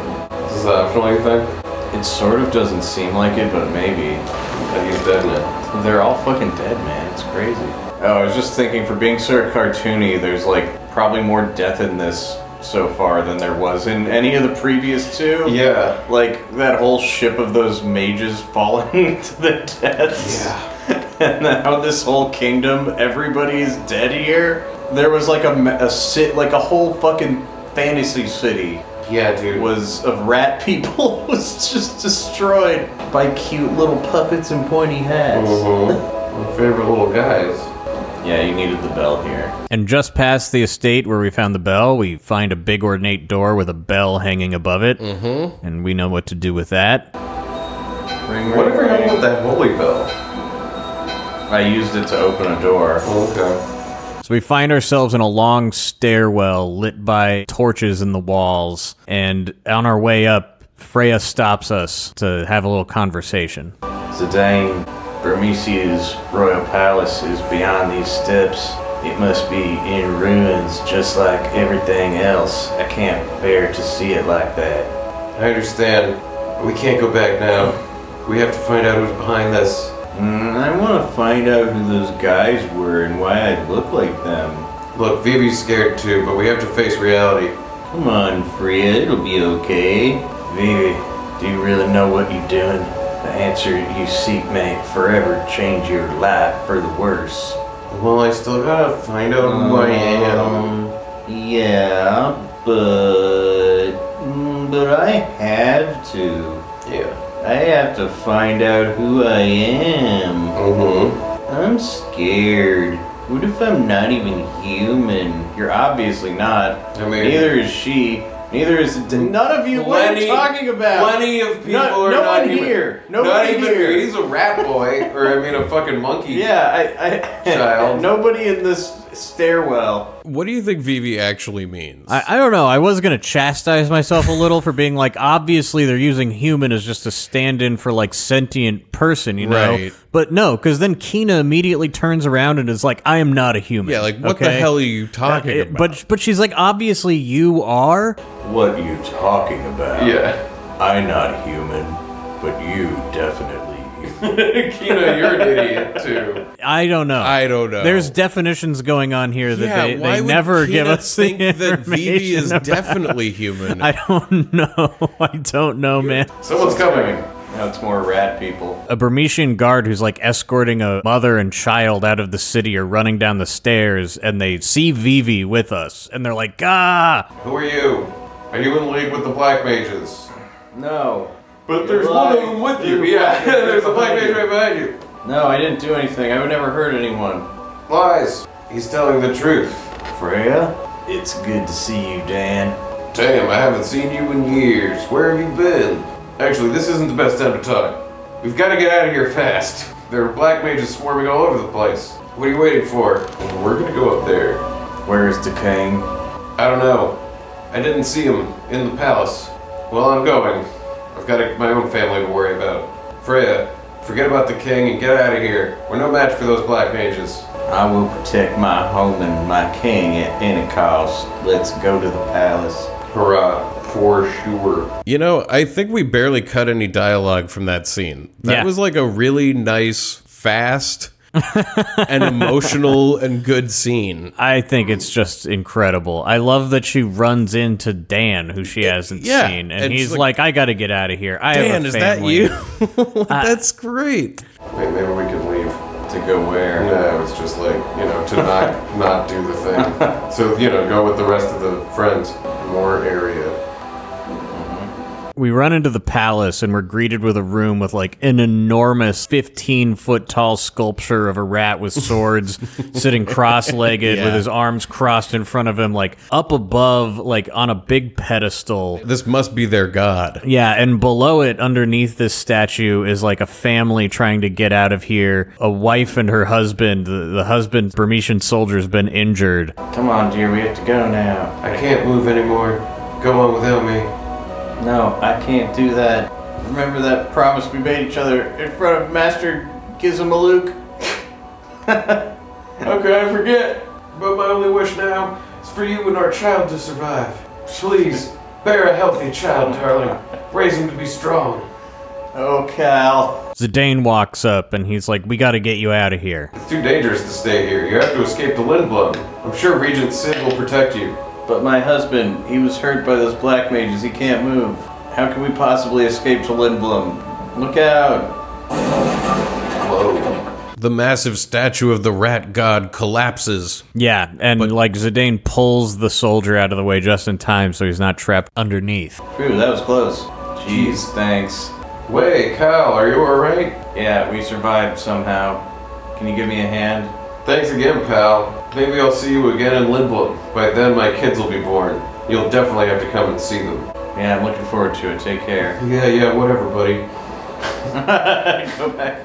A: Is uh, this an optional thing?
E: It sort of doesn't seem like it, but maybe.
A: And he's dead now.
E: They're all fucking dead, man. It's crazy. Oh, I was just thinking, for being sort of cartoony, there's like probably more death in this so far than there was in any of the previous two.
A: Yeah.
E: Like that whole ship of those mages falling to their deaths. Yeah. and now this whole kingdom, everybody's dead here. There was like a, ma- a sit, like a whole fucking fantasy city
A: Yeah, dude.
E: was of rat people was just destroyed by cute little puppets and pointy hats.
A: Mhm. My favorite little guys.
E: Yeah, you needed the bell here.
C: And just past the estate where we found the bell, we find a big ornate door with a bell hanging above it, mm-hmm. and we know what to do with that.
E: Ring, ring,
A: Whatever happened with
E: ring.
A: that holy bell?
E: I used it to open a door.
A: Okay.
C: So we find ourselves in a long stairwell lit by torches in the walls, and on our way up, Freya stops us to have a little conversation.
E: Zidane, Bermesia's royal palace is beyond these steps. It must be in ruins, just like everything else. I can't bear to see it like that.
A: I understand. We can't go back now. We have to find out who's behind this.
E: Mm, I want to find out who those guys were and why I look like them.
A: Look, Vivi's scared too, but we have to face reality.
E: Come on, Freya, it'll be okay. Vivi, do you really know what you're doing? The answer you seek may forever change your life for the worse.
A: Well, I still gotta find out who
J: Uh-huh.
A: I am.
E: Yeah, but mm, but I have to.
A: Yeah.
E: I have to find out who I am.
J: Uh-huh.
A: Mm-hmm.
E: I'm scared. What if I'm not even human? You're obviously not.
A: I mean-
E: neither is she. Neither is none of you. what are you talking about?
A: Plenty of people
E: No-
A: are
E: no
A: not
E: one
A: even,
E: here.
A: not
E: Nobody
A: even
E: here.
A: He's a rat boy, or I mean a fucking monkey.
E: Yeah, I, I
A: Child.
E: nobody in this stairwell.
J: What do you think Vivi actually means?
C: I, I don't know. I was going to chastise myself a little for being like, obviously, they're using human as just a stand in for like sentient person, you know?
J: Right.
C: But no, because then Kina immediately turns around and is like, I am not a human.
J: yeah, like what the
C: okay?
J: hell are you
C: Uh,
J: talking
C: it-
J: about?
C: But, but she's like, obviously, you are.
E: What are you talking about?
A: Yeah.
E: I'm not human, but you definitely human.
A: Kina, you're an idiot too.
C: I don't know.
J: I don't know.
C: There's definitions going on here that
J: yeah,
C: they,
J: why
C: they
J: would
C: never
J: Kina
C: give us
J: think
C: the
J: that Vivi
C: information
J: is
C: about.
J: definitely human.
C: I don't know. I don't know, man.
A: Someone's coming.
E: now it's more rat people.
C: A Burmesian guard who's like escorting a mother and child out of the city are running down the stairs and they see Vivi with us and they're like, ah!
A: Who are you? Are you in league with the black mages?
E: No.
A: But there's
E: You're
A: one of
E: lying.
A: them with you.
E: You're
A: Yeah,
E: lying.
A: there's a black mage right behind you.
E: No, I didn't do anything. I've never hurt anyone.
A: Lies. He's telling the truth.
E: Freya? It's good to see you, Dan.
A: Damn, I haven't seen you in years. Where have you been? Actually, this isn't the best time to talk. We've got to get out of here fast. There are black mages swarming all over the place. What are you waiting for? We're gonna go up there.
E: Where's the king?
A: I don't know. I didn't see him in the palace. Well, I'm going. I've got my own family to worry about. Freya, forget about the king and get out of here. We're no match for those black mages.
E: I will protect my home and my king at any cost. Let's go to the palace.
A: Hurrah, for sure.
J: You know, I think we barely cut any dialogue from that scene. That
C: Yeah.
J: was like a really nice, fast, and emotional and good scene.
C: I think it's just incredible. I love that she runs into Dan, who she hasn't
J: yeah,
C: seen, and,
J: and she's
C: he's like, I gotta get out of here. I have
J: Dan,
C: a
J: is that
C: family."
J: you? Uh, That's great.
A: Wait, maybe we can leave.
E: To go where?
A: No, it's just like, you know, to not not do the thing. So, you know, go with the rest of the friends. More area.
C: We run into the palace and we're greeted with a room with like an enormous 15 foot tall sculpture of a rat with swords sitting cross legged with his arms crossed in front of him, like up above, like on a big pedestal.
A: This must be their god.
C: Yeah, and below it, underneath this statue, is like a family trying to get out of here. A wife and her husband. The, the husband, Burmesian soldier, has been injured.
E: Come on, dear, we have to go now.
G: I can't move anymore. Go on without me.
E: No, I can't do that.
I: Remember that promise we made each other in front of Master Gizmaluk?
G: How could I forget? But my only wish now is for you and our child to survive. Please, bear a healthy child, darling. Raise him to be strong.
I: Oh, Cal.
C: Zidane walks up and he's like, "We got to get you out of here."
G: It's too dangerous to stay here. You have to escape to Lindblom. I'm sure Regent Sid will protect you.
I: But my husband, he was hurt by those black mages. He can't move. How can we possibly escape to Lindblom? Look out.
G: Whoa.
A: The massive statue of the rat god collapses.
C: Yeah, and like Zidane pulls the soldier out of the way just in time, so he's not trapped underneath.
I: Phew, that was close. Jeez, thanks.
G: Wait, Kyle, are you alright?
I: Yeah, we survived somehow. Can you give me a hand?
G: Thanks again, pal. Maybe I'll see you again in Lindblom. By then, my kids will be born. You'll definitely have to come and see them.
I: Yeah, I'm looking forward to it. Take care.
G: Yeah, yeah, whatever, buddy.
I: Go back.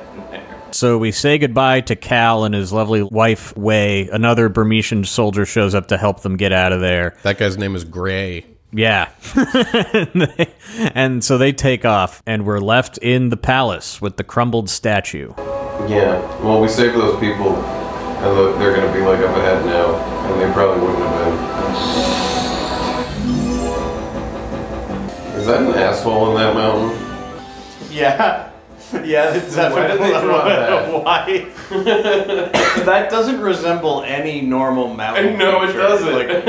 C: So we say goodbye to Cal and his lovely wife, Wei. Another Burmesian soldier shows up to help them get out of there.
A: That guy's name is Gray.
C: Yeah. and, they- and so they take off, and we're left in the palace with the crumbled statue.
G: Yeah, well, we saved those people, and look, they're gonna be like up ahead now, and they probably wouldn't have been. Is that an asshole in that mountain?
I: Yeah. Yeah, it's
G: Why did
I: definitely.
G: they draw that?
I: Why? that doesn't resemble any normal mountain.
G: No, it
I: feature.
G: doesn't.
I: Like, is, is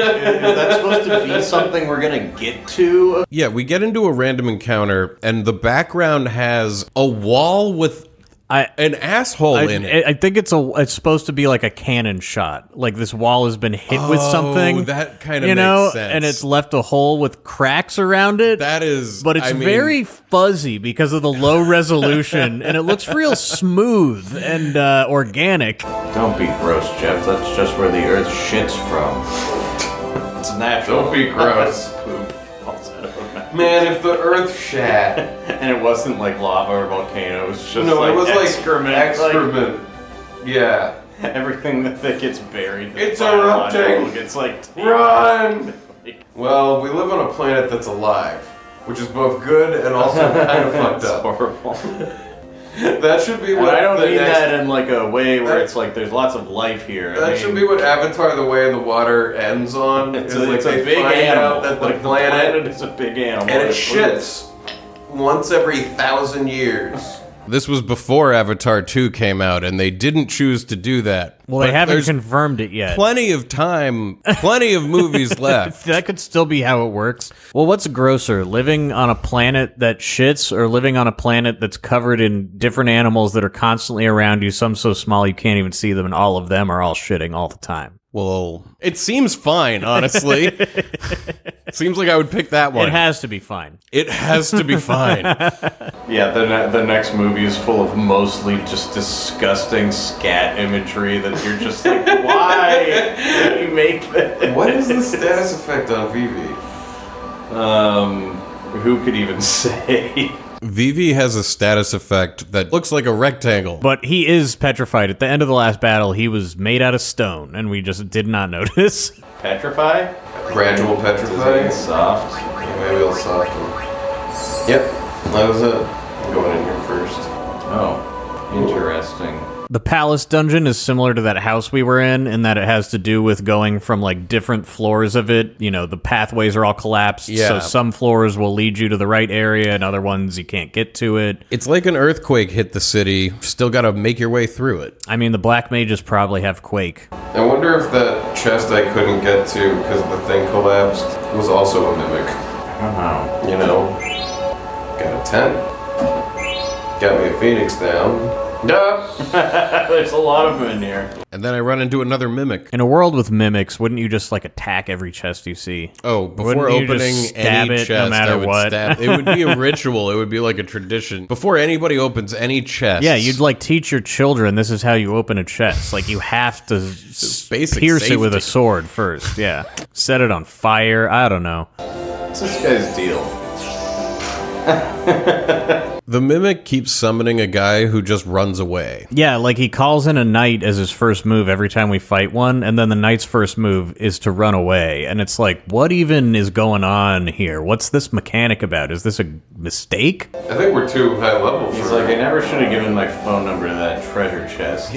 I: that supposed to be something we're gonna get to?
A: Yeah, we get into a random encounter, and the background has a wall with
C: I.
A: an asshole
C: I,
A: in it.
C: I- I think it's a. It's supposed to be like a cannon shot. Like this wall has been hit with
A: Oh,
C: something.
A: that kinda
C: you
A: makes
C: know,
A: sense.
C: and it's left a hole with cracks around it.
A: that is,
C: but it's
A: I mean,
C: very fuzzy because of the low resolution, and it looks real smooth and uh, organic.
I: Don't be gross, Jeff. That's just where the Earth shits from. It's natural.
G: Don't be gross.
I: Poop falls out of a mountain.
G: Man, if the earth shat.
I: And it wasn't like lava or volcano. It was just
G: no,
I: like
G: it was like
I: excrement. like-
G: Excrement. yeah.
I: Everything that, that gets buried. in the
G: It's
I: biological
G: erupting.
I: Gets like
G: Run! Well, we live on a planet that's alive, which is both good and also kind of fucked
I: That's
G: up.
I: horrible.
G: That should be
I: And
G: what
I: I don't
G: the
I: mean
G: next
I: that in like a way where
G: That-
I: it's like there's lots of life here. I
G: That
I: mean,
G: should be what Avatar: The Way of the Water ends on.
I: It's,
G: is
I: a,
G: like
I: it's
G: they
I: a big
G: find
I: animal.
G: out that the
I: like
G: planet
I: is a big animal.
G: and it
I: It's-
G: shits once every thousand years.
A: This was before Avatar 2 came out, and they didn't choose to do that.
C: Well, they
A: But
C: haven't
A: there's
C: confirmed it yet.
A: plenty of time, plenty of movies left.
C: that could still be how it works. Well, what's grosser, living on a planet that shits or living on a planet that's covered in different animals that are constantly around you, some so small you can't even see them, and all of them are all shitting all the time?
A: Well, it seems fine, honestly. seems like I would pick that one.
C: It has to be fine.
A: it has to be fine.
I: Yeah, the, ne- the next movie is full of mostly just disgusting scat imagery that you're just like, why did you make this?
G: What is the status effect on Vivi?
I: Um, who could even say?
A: Vivi has a status effect that looks like a rectangle.
C: But he is petrified. At the end of the last battle, he was made out of stone, and we just did not notice.
I: Petrify?
G: Gradual petrifying.
I: It's soft.
G: Maybe I'll soften. Yep, that was it. I'm going in here first.
I: Oh, interesting.
C: The palace dungeon is similar to that house we were in in that it has to do with going from like different floors of it. You know, the pathways are all collapsed. So
A: Yeah.
C: some floors will lead you to the right area and other ones you can't get to it.
A: It's like an earthquake hit the city. Still got to make your way through it.
C: I mean, the black mages probably have quake.
G: I wonder if that chest I couldn't get to because the thing collapsed was also a mimic.
I: I don't
C: Uh-huh.
I: know.
G: You know, got a tent, got me a phoenix down, Duh.
I: There's a lot of them in here.
A: And then I run into another mimic.
C: In a world with mimics, wouldn't you just like attack every chest you see?
A: Oh, before
C: Wouldn't you just
A: opening
C: stab
A: any
C: it no
A: chest,
C: matter
A: I would
C: what?
A: stab. It would be a ritual. It would be like a tradition. Before anybody opens any chest,
C: Yeah, you'd like teach your children this is how you open a chest. Like you have to s-
A: Basic
C: pierce it with a
A: safety.
C: sword first. Yeah, set it on fire. I don't know.
I: What's this guy's deal?
A: the mimic keeps summoning a guy who just runs away.
C: Yeah, like he calls in a knight as his first move every time we fight one, and then the knight's first move is to run away. And it's like, what even is going on here? What's this mechanic about? Is this a mistake?
G: I think we're too high level
I: He's
G: for
I: like, I never should have given my phone number to that treasure chest.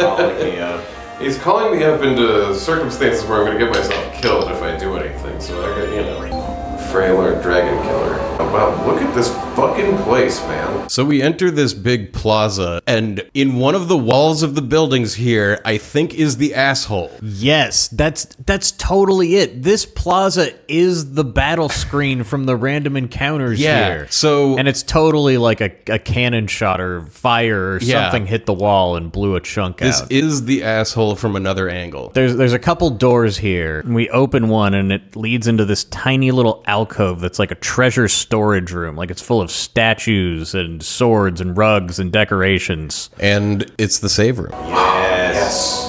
I: Calling me up.
G: He's calling me up into circumstances where I'm gonna get myself killed if I do anything. So I got you know, frailer dragon killer. Wow, look at this fucking place, man.
A: So we enter this big plaza, and in one of the walls of the buildings here, I think is the asshole.
C: Yes, that's that's totally it. This plaza is the battle screen from the random encounters here.
A: So
C: and it's totally like a, a cannon shot or fire or
A: Yeah.
C: something hit the wall and blew a chunk
A: this
C: out.
A: is the asshole from another angle.
C: There's there's a couple doors here. And we open one and it leads into this tiny little alcove that's like a treasure storage room. Like it's full of statues and swords and rugs and decorations.
A: And it's the save room.
I: Yes.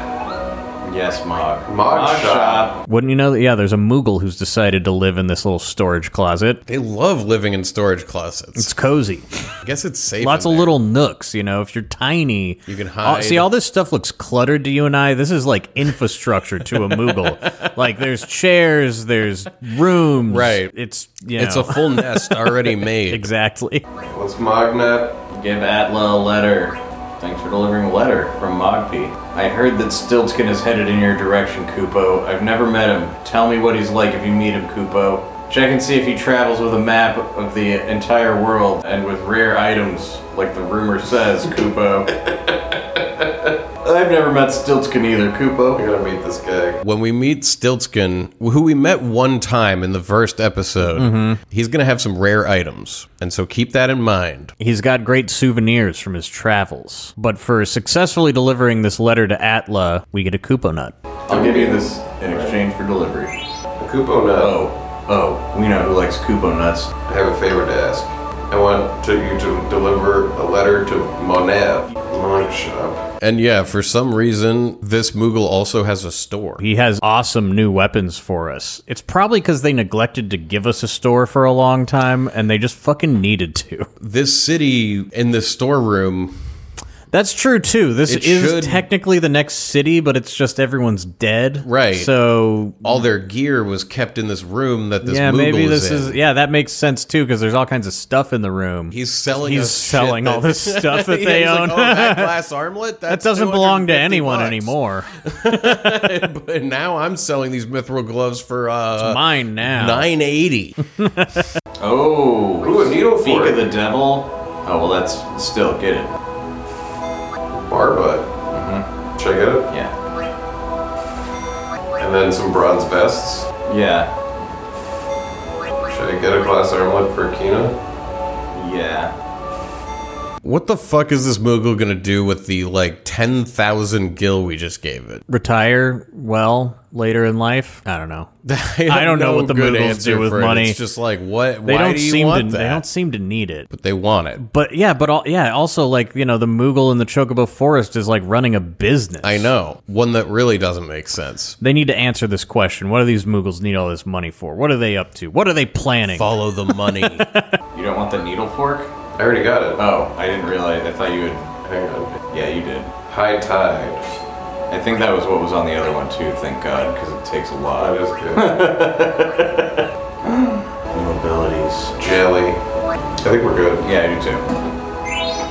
I: Yes, Mog.
G: Mog shop.
C: Wouldn't you know that yeah, there's a Moogle who's decided to live in this little storage closet.
A: They love living in storage closets.
C: It's cozy.
A: I guess it's safe.
C: Lots
A: in
C: of
A: there.
C: little nooks, you know. If you're tiny,
A: You can
C: all- see,
A: hide.
C: all this stuff looks cluttered to you and I. This is like infrastructure to a Moogle. Like there's chairs, there's rooms.
A: Right.
C: It's you
A: It's
C: know,
A: a full nest already made.
C: exactly.
G: What's Magnet?
I: Give Atla a letter. Thanks for delivering a letter from Mogpi. I heard that Stiltskin is headed in your direction, Kupo. I've never met him. Tell me what he's like if you meet him, Kupo. Check and see if he travels with a map of the entire world and with rare items, like the rumor says, Kupo. I've never met Stiltskin either,
G: We
I: Kupo.
G: gotta meet this guy.
A: When we meet Stiltskin, who we met one time in the first episode,
C: Mm-hmm.
A: he's going to have some rare items. And so keep that in mind.
C: He's got great souvenirs from his travels. But for successfully delivering this letter to Atla, we get a Koopa nut.
I: I'll give you this in exchange for delivery.
G: A Kupo nut.
I: Oh, oh, we know who likes Kupo nuts.
G: I have a favor to ask. I want to, you to deliver a letter to Monav. Mog shop.
A: And yeah, for some reason, this Moogle also has a store.
C: He has awesome new weapons for us. It's probably because they neglected to give us a store for a long time and they just fucking needed to.
A: This city in this storeroom,
C: That's true too. This
A: It
C: is
A: should-
C: technically the next city, but it's just everyone's dead.
A: Right.
C: So
A: all their gear was kept in this room that this
C: yeah,
A: Moogle
C: maybe this
A: in.
C: is yeah, that makes sense too because there's all kinds of stuff in the room.
A: He's selling.
C: He's
A: us shit
C: selling all
A: that-
C: this stuff that
A: Yeah,
C: they
A: he's like,
C: own.
A: "Oh, that glass armlet
C: that
A: That's
C: doesn't belong to
A: 250
C: anyone
A: bucks."
C: anymore.
A: but now I'm selling these mithril gloves for uh,
C: Mine now.
A: nine eighty.
I: Oh,
G: Ooh, a needle
I: Beak
G: fork.
I: of the devil. Oh well, that's still get it.
G: Bar butt. Check it out.
I: Yeah,
G: And then some bronze vests.
I: yeah,
G: Should I get a glass armlet for Kina?
I: yeah.
A: What the fuck is this Moogle gonna do with the like ten thousand gil we just gave it?
C: Retire well later in life. I don't know.
A: I
C: I don't know
A: no
C: what the
A: good
C: Moogles
A: answer
C: do with
A: for it.
C: money.
A: It's just like what?
C: They
A: why
C: don't
A: do you
C: seem
A: want
C: to.
A: that?
C: They don't seem to need it.
A: but they want it.
C: But yeah, but all, yeah, also like you know, the Moogle in the Chocobo Forest is like running a business.
A: I know one that really doesn't make sense.
C: They need to answer this question. What do these Moogles need all this money for? What are they up to? What are they planning?
A: Follow the money.
I: You don't want the needle fork?
G: I already got it.
I: Oh, I didn't realize. I thought you would.
G: Hang on.
I: Yeah, you did.
G: High tide.
I: I think that was what was on the other one too. Thank God, because it takes a
G: That
I: lot.
G: is good.
I: New abilities.
G: Jelly. I think we're good.
I: Yeah, I do too.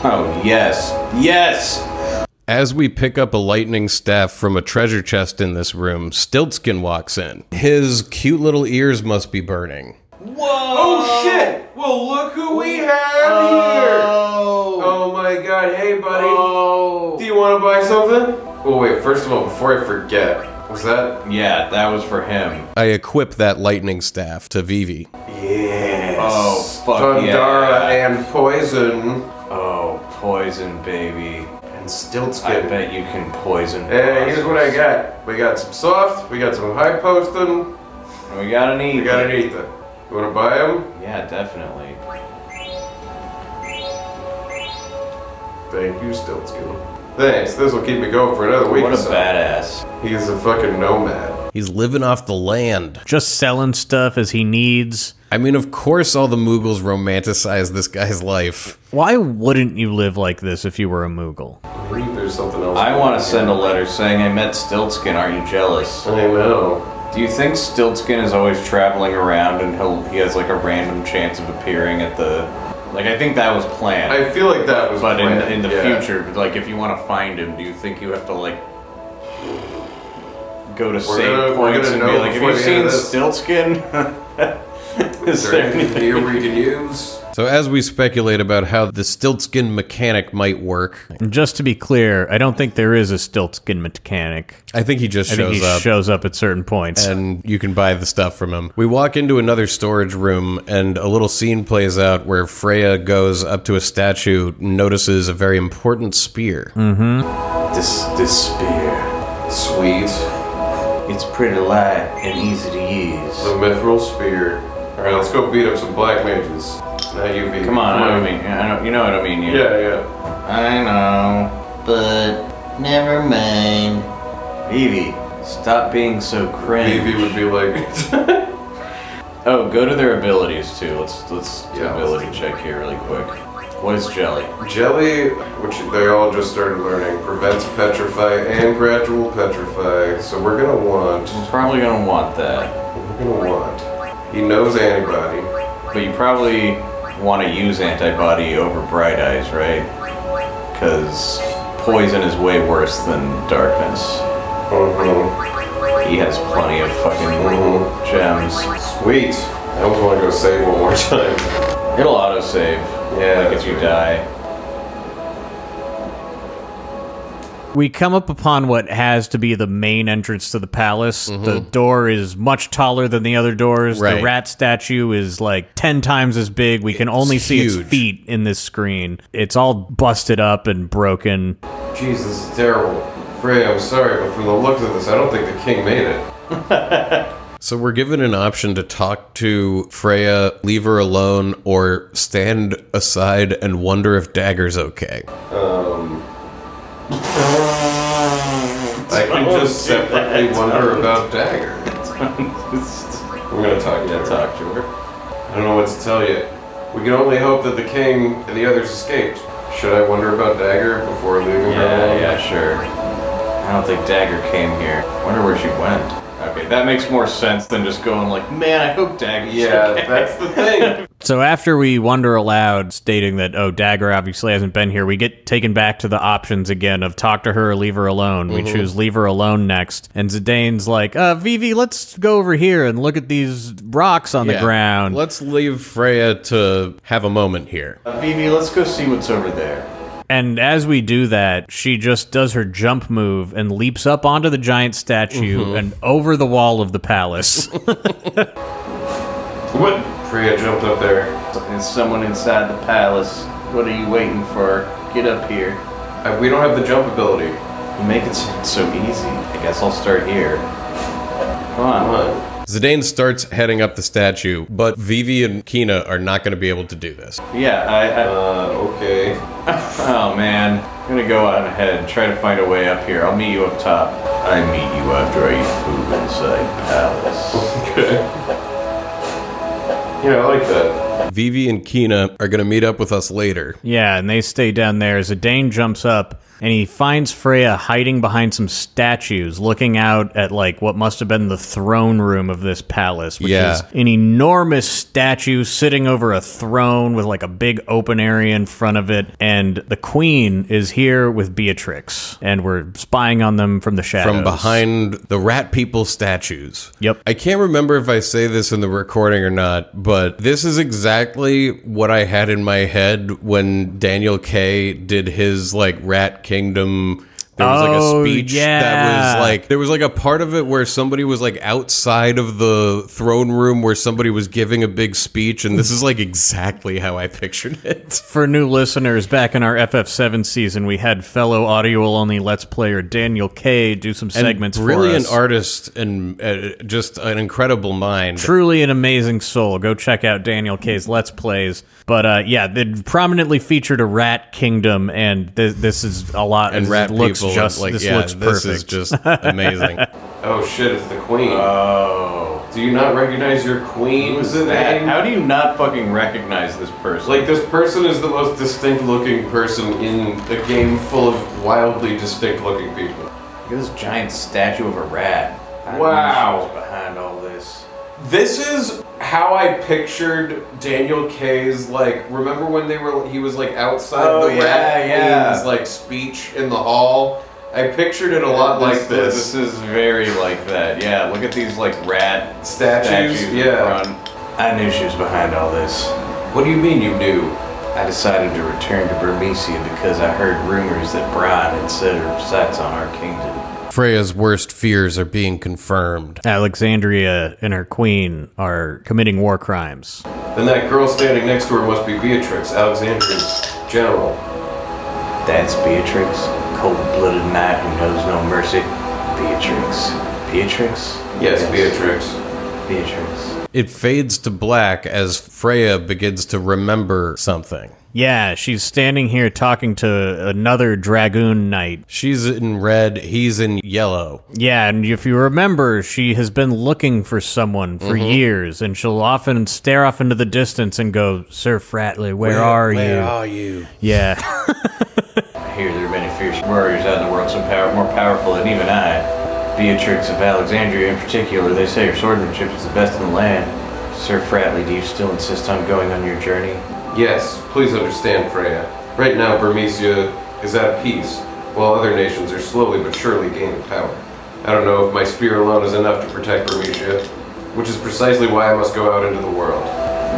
I: Oh yes, yes.
A: As we pick up a lightning staff from a treasure chest in this room, Stiltskin walks in. His cute little ears must be burning.
G: Oh shit! Well, look who we have here! Oh my god, hey buddy. Do you want to buy something? Well, Oh, wait, first of all, before I forget, was that.
I: Yeah, that was for him.
A: I equip that lightning staff to Vivi.
G: Yes.
I: Oh, fuck
G: Thundara
I: yeah.
G: and poison.
I: Oh, poison, baby.
A: And Stilts
I: I
A: get
I: bet you can poison.
A: Hey, here's what I got. We got some soft, we got some high postum,
I: got. We got an
A: we
I: eat.
A: got an ether. You wanna buy them?
I: Yeah, definitely.
A: Thank you, Stiltskin. Thanks, this will keep me going for another week
I: What
A: or
I: a
A: so.
I: badass.
A: He's a fucking nomad.
K: He's living off the land.
C: Just selling stuff as he needs.
K: I mean, of course, all the Mughals romanticize this guy's life.
C: Why wouldn't you live like this if you were a Moogle?
A: I think there's something else.
I: I
A: going
I: want
A: on
I: to send a
A: here.
I: letter saying I met Stiltskin. Are you jealous?
A: I know.
I: Do you think Stiltskin is always traveling around and he'll he has like a random chance of appearing at the like I think that was planned.
A: I feel like that was
I: but in,
A: planned,
I: in the
A: yeah.
I: future, like if you want to find him, do you think you have to like go to save
A: gonna- we're
I: points
A: gonna
I: and
A: know
I: be like, have
A: before
I: you
A: the end
I: seen
A: of this."
I: Stiltskin? is
A: Is
I: there
A: there anything
I: anything?
A: here we can use?
K: So, as we speculate about how the Stiltskin mechanic might work,
C: And just to be clear, I don't think there is a Stiltskin mechanic.
K: I think he just
C: I think
K: shows
C: he
K: up.
C: shows up at certain points.
K: and you can buy the stuff from him. We walk into another storage room, and a little scene plays out where Freya goes up to a statue, notices a very important spear.
C: Hmm.
I: This this spear,
A: Sweet.
I: it's pretty light and easy to use.
A: The mithril spear. Alright, let's go beat up some black mages. Now you beat
I: Come on, I don't mean. I don't. You know what I mean. you-
A: Yeah, yeah.
I: I know, but never mind. Vivi, stop being so cringe.
A: Evie would be like,
I: Oh, go to their abilities too. Let's let's do
A: Yeah.
I: ability check here really quick. What is jelly?
A: Jelly, which they all just started learning, prevents petrify and gradual petrify. So we're gonna want.
I: You're probably gonna want that,
A: We're gonna want. He knows antibody.
I: but you probably want to use antibody over bright eyes, right? Because poison is way worse than darkness.
A: Mm-hmm.
I: He has plenty of fucking
A: Mhm.
I: gems.
A: Sweet. I almost want to go save one more time.
I: It'll auto save.
A: Yeah,
I: like
A: that's
I: if you
A: right.
I: die.
C: We come up upon what has to be the main entrance to the palace. The door is much taller than the other doors.
K: Mm-hmm. Right.
C: The rat statue is like 10 times as big. We can only see
K: huge.
C: its feet in this screen. It's all busted up and broken.
A: Jeez, this is terrible. Freya, I'm sorry, but from the looks of this, I don't think the king made it.
K: So we're given an option to talk to Freya, leave her alone, or stand aside and wonder if Dagger's okay.
A: Um. I can just separately wonder about Dagger. I'm gonna talk to
I: Yeah,
A: her.
I: talk to her.
A: I don't know what to tell you. We can only hope that the king and the others escaped. Should I wonder about Dagger before leaving her
I: Yeah,
A: alone?
I: yeah, sure. I don't think Dagger came here. Wonder where she went. Okay, that makes more sense than just going like, man, I hope Dagger's
A: Yeah,
I: okay."
A: that's the thing.
C: So after we wonder aloud, stating that oh Dagger obviously hasn't been here, we get taken back to the options again of talk to her or leave her alone.
K: Mm-hmm.
C: We choose leave her alone next, and Zidane's like, uh, Vivi, let's go over here and look at these rocks on the
K: Yeah.
C: ground.
K: Let's leave Freya to have a moment here.
I: Uh, Vivi, let's go see what's over there.
C: And as we do that, she just does her jump move and leaps up onto the giant statue
K: Mm-hmm.
C: and over the wall of the palace.
A: what? Freya jumped up there.
I: There's someone inside the palace. What are you waiting for? Get up here.
A: I, we don't have the jump ability.
I: You make it sound so easy. I guess I'll start here. Come on.
A: Come on.
K: Zidane starts heading up the statue, but Vivi and Kina are not going to be able to do this.
I: Yeah, I, I.
A: Uh, okay.
I: Oh man. I'm gonna go on ahead. Try to find a way up here. I'll meet you up top. I meet you after I eat food inside palace.
A: Okay. Yeah, I like that.
K: Vivi and Kina are going to meet up with us later.
C: yeah, and they stay down there. Zidane jumps up and he finds Freya hiding behind some statues, looking out at like what must have been the throne room of this palace, which
K: Yeah.
C: is an enormous statue sitting over a throne with like a big open area in front of it. And the queen is here with Beatrix, and we're spying on them from the shadows.
K: From behind the rat people statues.
C: Yep.
K: I can't remember if I say this in the recording or not, but this is exactly what I had in my head when Daniel K did his like Rat Kingdom.
L: There was
C: Oh,
L: like a speech that
C: yeah.
L: was like there was like a part of it where somebody was like outside of the throne room where somebody was giving a big speech, and this is like exactly how I pictured it.
C: For new listeners, back in our FF7 season, we had fellow audio only Let's Player Daniel K do some segments for
L: Brilliant
C: us.
L: artist and uh, just an incredible mind.
C: Truly an amazing soul. Go check out Daniel K's Let's Plays. But uh, yeah, they prominently featured a rat kingdom, and th- this is a lot.
L: And
C: this
L: rap
C: looks
L: people
C: just
L: like
C: this
L: yeah,
C: looks
L: this
C: perfect.
L: is just amazing.
A: Oh shit, it's the queen. Oh. Do you not recognize your queen?
I: Who's that? How do you not fucking recognize this person?
A: Like, this person is the most distinct looking person in a game full of wildly distinct looking people.
I: Look at this giant statue of a rat. I knew
A: Wow.
I: she was behind all this.
A: This is how I pictured Daniel K's, like, remember when they were, he was, like, outside
I: Oh,
A: the
I: yeah,
A: rat
I: yeah.
A: queen's, like, speech in the hall? I pictured it a lot like this.
I: This is very like that. Yeah, look at these like rat
A: Statues?
I: statues in
A: Yeah.
I: front. I knew she was behind all this.
A: What do you mean you knew?
I: I decided to return to Bermesia because I heard rumors that Brian had set her sights on our kingdom.
L: Freya's worst fears are being confirmed.
C: Alexandria and her queen are committing war crimes.
A: Then that girl standing next to her must be Beatrix, Alexandria's general.
I: That's Beatrix, cold-blooded knight who knows no mercy. Beatrix. Beatrix?
A: Yes, Beatrix.
I: Beatrix.
L: It fades to black as Freya begins to remember something.
C: Yeah, she's standing here talking to another dragoon knight.
L: She's in red, he's in yellow.
C: Yeah, and if you remember, she has been looking for someone for years, and she'll often stare off into the distance and go, "Sir Fratley, where, are you?"
L: you?
C: Yeah,
I: I hear there are many fierce warriors out in the world, some power, more powerful than even I. Beatrix of Alexandria in particular, they say her swordsmanship is the best in the land. Sir Fratley, do you still insist on going on your journey?
A: Yes, please understand, Freya. Right now, Bermesia is at peace, while other nations are slowly but surely gaining power. I don't know if my spear alone is enough to protect Bermesia, which is precisely why I must go out into the world.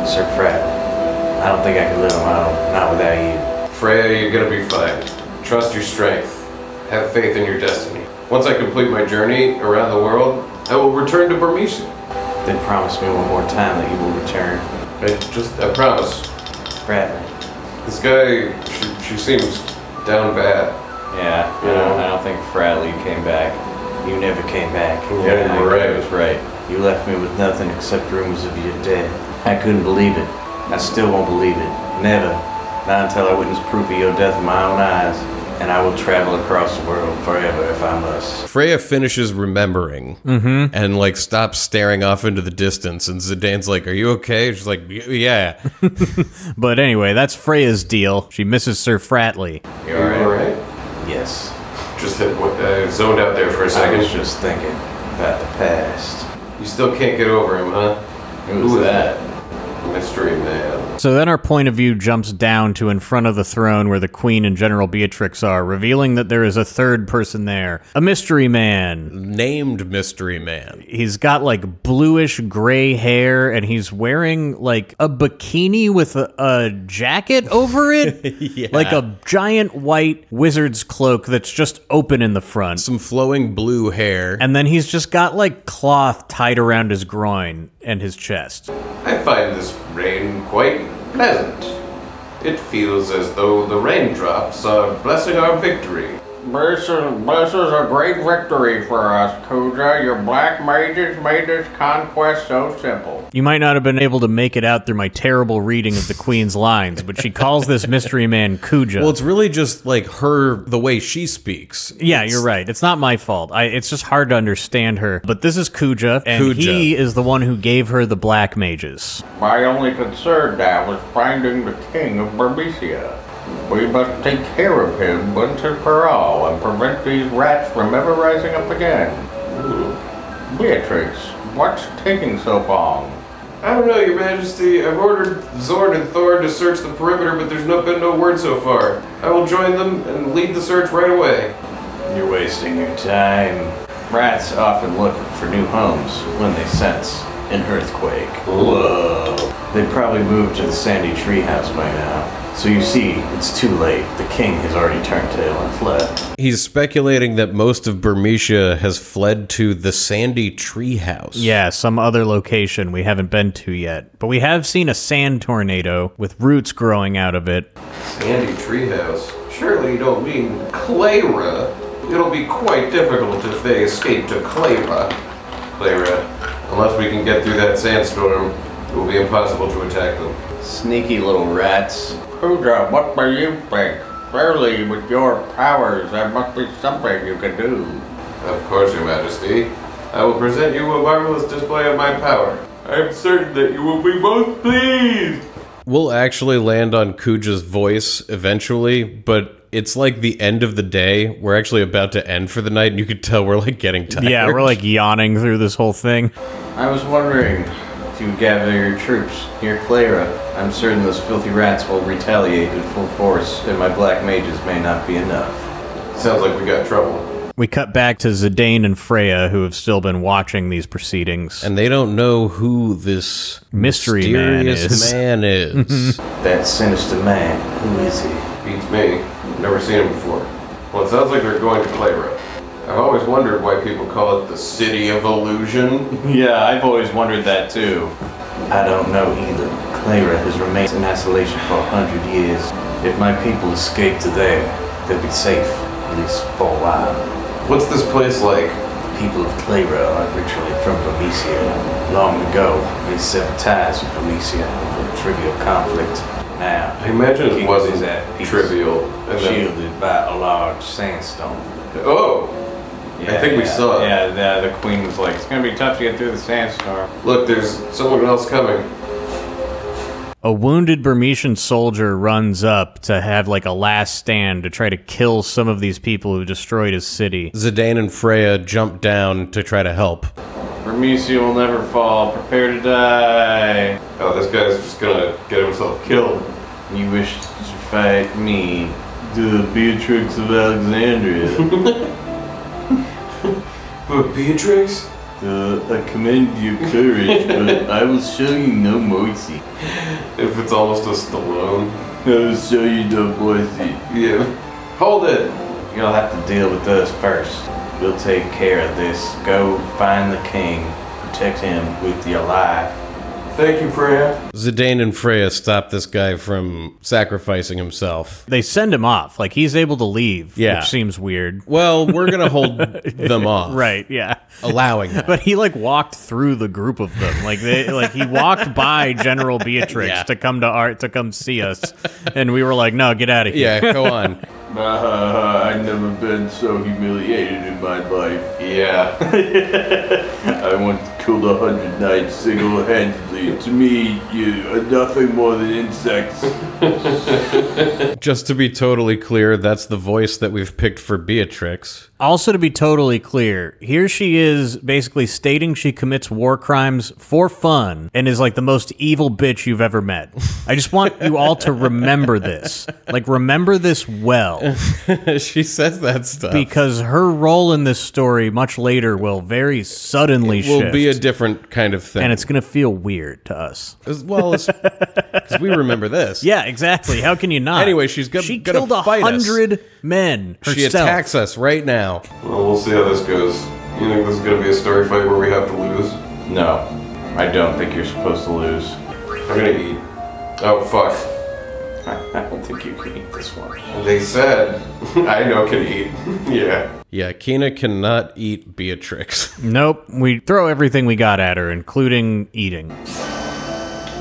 I: Sir Fratley, I don't think I could live on my own, not without you.
A: Freya, you're gonna be fine. Trust your strength. Have faith in your destiny. Once I complete my journey around the world, I will return to Bermesia.
I: Then promise me one more time that you will return.
A: I just, I promise.
I: Bradley.
A: This guy, she, she seems down bad.
I: Yeah, I don't, I don't think Bradley came back. You never came back.
A: Yeah, you were right.
I: I was right. You left me with nothing except rumors of your death. I couldn't believe it. I still won't believe it. Never. Not until I witness proof of your death with my own eyes. And I will travel across the world forever if I must.
L: Freya finishes remembering and like stops staring off into the distance. And Zidane's like, "Are you okay?" She's like, "Y- "Yeah."
C: but anyway, that's Freya's deal. She misses Sir Fratley.
A: You alright?
I: Yes.
A: Just that uh, zoned out there for a
I: I
A: second.
I: was just thinking about the past.
A: You still can't get over him, huh?
I: Who was
A: Who is
I: that?
A: Mystery man.
C: So then our point of view jumps down to in front of the throne where the queen and General Beatrix are, revealing that there is a third person there, a mystery man.
L: Named Mystery Man.
C: He's got like bluish gray hair and he's wearing like a bikini with a, a jacket over it. Like a giant white wizard's cloak that's just open in the front.
L: Some flowing blue hair.
C: And then he's just got like cloth tied around his groin and his chest.
A: I find this rain quite pleasant. It feels as though the raindrops are blessing our victory.
I: This is, this is a great victory for us, Kuja. Your black mages made this conquest so simple.
C: You might not have been able to make it out through my terrible reading of the queen's lines, but she calls this mystery man Kuja.
L: well, it's really just like her, the way she speaks.
C: Yeah, you're right. It's not my fault. I, it's just hard to understand her. But this is Kuja, and
L: Kuja.
C: he is the one who gave her the black mages.
I: My only concern now is finding the king of Bermesia. We must take care of him once and for all and prevent these rats from ever rising up again. Beatrix, what's taking so long?
A: I don't know, Your Majesty. I've ordered Zorn and Thorn to search the perimeter, but there's no, been no word so far. I will join them and lead the search right away.
I: You're wasting your time. Rats often look for new homes when they sense an earthquake. Whoa. They probably moved to the sandy treehouse by now.
E: So you see, it's too late. The king has already turned tail and fled.
D: He's speculating that most of Bermesia has fled to the Sandy Treehouse.
C: Yeah, some other location we haven't been to yet. But we have seen a sand tornado with roots growing out of it.
A: Sandy Treehouse. Surely you don't mean Clara. It'll be quite difficult if they escape to Clara. Clara. Unless we can get through that sandstorm, it will be impossible to attack them.
E: Sneaky little rats.
I: Pooja, what do you think? Surely, with your powers, there must be something you can do.
A: Of course, Your Majesty. I will present you a marvelous display of my power. I am certain that you will be most pleased.
D: We'll actually land on Kuja's voice eventually, but it's like the end of the day. We're actually about to end for the night, and you could tell we're like getting tired.
C: Yeah, we're like yawning through this whole thing.
E: I was wondering if you gather your troops near Clara. I'm certain those filthy rats will retaliate in full force, and my black mages may not be enough.
A: Sounds like we got trouble.
C: We cut back to Zidane and Freya, who have still been watching these proceedings.
D: and they don't know who this
C: Mystery man
D: mysterious
C: is.
D: man is.
E: That sinister man, who is he?
A: Beats me. Never seen him before. Well, it sounds like they're going to Clara. I've always wondered why people call it the City of Illusion.
E: Yeah, I've always wondered that too. I don't know either. Clara has remained in isolation for a hundred years. If my people escape to there, they'll be safe, at least for a while.
A: What's this place like?
E: The people of Clara are originally from Bomesia. Long ago, they severed ties with Bomesia over a trivial conflict. Now,
A: I imagine
E: the
A: it
E: king
A: wasn't
E: is at peace,
A: trivial. And then-
E: Shielded by a large sandstone.
A: oh,
I: Yeah,
A: think we
I: yeah,
A: saw it.
I: Yeah, the, the queen was like, it's gonna be tough to get through the sandstorm.
A: look, there's someone else coming.
C: A wounded Burmesian soldier runs up to have like a last stand to try to kill some of these people who destroyed his city.
D: Zidane and Freya jump down to try to help.
I: Vermesia will never fall. Prepare to die.
A: Oh, this guy's just gonna get himself killed.
E: You wish to fight me, the Beatrix of Alexandria.
A: But Beatrix?
E: Uh, I commend your courage, but I will show you no mercy.
A: If it's almost a Stallone.
E: I will show you no mercy.
A: Yeah. Hold it!
E: You'll have to deal with us first. We'll take care of this. Go find the king. Protect him with your life.
A: Thank you, Freya.
D: Zidane and Freya stop this guy from sacrificing himself.
C: They send him off. Like he's able to leave,
D: Yeah.
C: which seems weird.
D: Well, we're gonna hold them off,
C: Right, yeah.
D: Allowing that.
C: But he like walked through the group of them. Like they like he walked by General Beatrix
D: Yeah.
C: to come to art to come see us. And we were like, "No, get out of here."
D: yeah, go on.
E: I've never been so humiliated in my life.
A: Yeah.
E: I once killed a hundred knights single-handedly. to me, you are nothing more than insects.
D: Just to be totally clear, that's the voice that we've picked for Beatrix.
C: Also, to be totally clear, here she is basically stating she commits war crimes for fun and is like the most evil bitch you've ever met. I just want you all to remember this. Like, remember this well
D: she says that stuff.
C: because her role in this story much later will very suddenly
D: will
C: shift.
D: be a different kind of thing.
C: and it's going to feel weird to us.
D: as well as because we remember this.
C: Yeah, exactly. How can you not?
D: Anyway, she's go-
C: she
D: gonna
C: killed a
D: fight us.
C: hundred men. Herself.
D: she attacks us right now.
A: Well, we'll see how this goes. You think this is gonna be a story fight where we have to lose?
E: no, I don't think you're supposed to lose.
A: I'm gonna eat. Oh, fuck.
E: I don't think you can eat this one.
A: They said I know can eat. yeah.
D: Yeah, Kina cannot eat Beatrix.
C: Nope. We throw everything we got at her, including eating.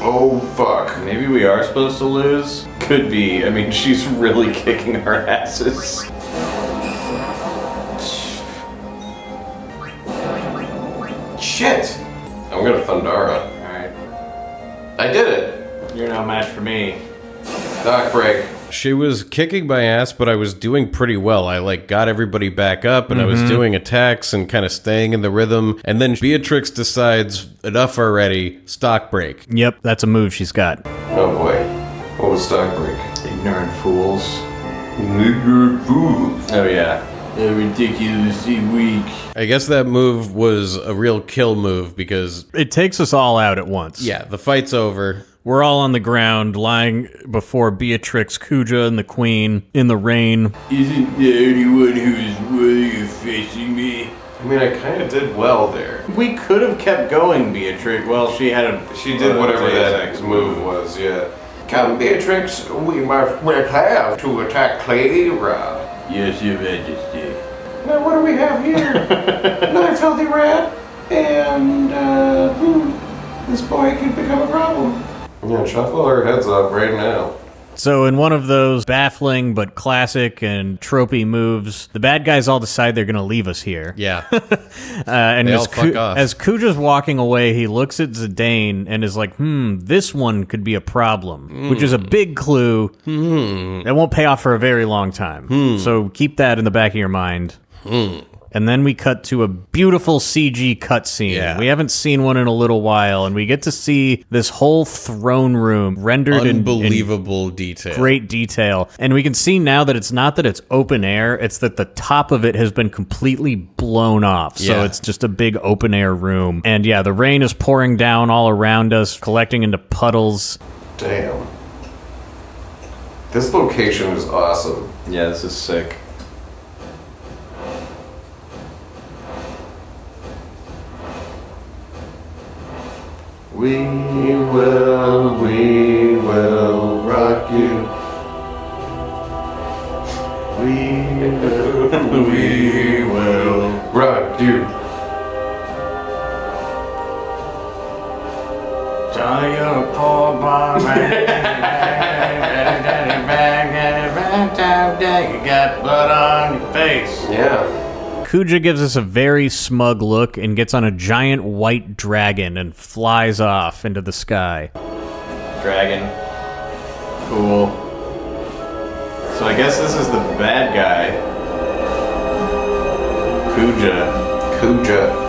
A: Oh fuck.
E: Maybe we are supposed to lose? Could be. I mean, she's really kicking our asses.
A: Shit. I'm gonna Thundara.
E: Alright.
A: I did it.
E: You're no match for me.
A: Doc break.
D: she was kicking my ass, but I was doing pretty well. I like got everybody back up and
E: Mm-hmm.
D: I was doing attacks and kind of staying in the rhythm. And then Beatrix decides enough already, stock break.
C: Yep, that's a move she's got.
A: Oh boy. What was stock break?
E: Ignorant fools.
A: Nigger food.
E: Oh, yeah. They're ridiculously weak.
D: I guess that move was a real kill move because
C: It takes us all out at once.
D: yeah, the fight's over.
C: We're all on the ground, lying before Beatrix, Kuja, and the Queen in the rain.
I: Isn't there anyone who is worthy of facing me?
A: I mean, I kind of did well there.
E: We could have kept going, Beatrix. Well, she had a.
A: She did whatever that move was, yeah.
I: Come, Beatrix, we must wait have to attack Cleira. Yes, Your Majesty.
A: Now, what do we have here? Another filthy rat, and uh, hmm, this boy could become a problem. Yeah, shuffle our heads up right now.
C: So, in one of those baffling but classic and tropey moves, the bad guys all decide they're going to leave us here.
M: Yeah.
C: Uh, and
M: They all
C: as, Ku-
M: fuck off.
C: as Kuja's walking away, he looks at Zidane and is like, hmm, this one could be a problem, which is a big clue
M: Hmm.
C: that won't pay off for a very long time. So keep that in the back of your mind.
M: Hmm.
C: And then we cut to a beautiful CG cutscene.
M: Yeah.
C: We haven't seen one in a little while, and we get to see this whole throne room rendered in- in
M: Unbelievable detail.
C: great detail. And we can see now that it's not that it's open air, it's that the top of it has been completely blown off. So
M: Yeah.
C: it's just a big open air room. And yeah, the rain is pouring down all around us, collecting into puddles.
A: Damn. This location is awesome.
E: Yeah, this is sick.
A: We will, we will rock you. We will, we will rock you.
E: Tell your poor boy You got blood on your face.
A: Yeah.
C: Kuja gives us a very smug look and gets on a giant white dragon and flies off into the sky.
E: Dragon. Cool. So I guess this is the bad guy. Kuja.
A: Kuja.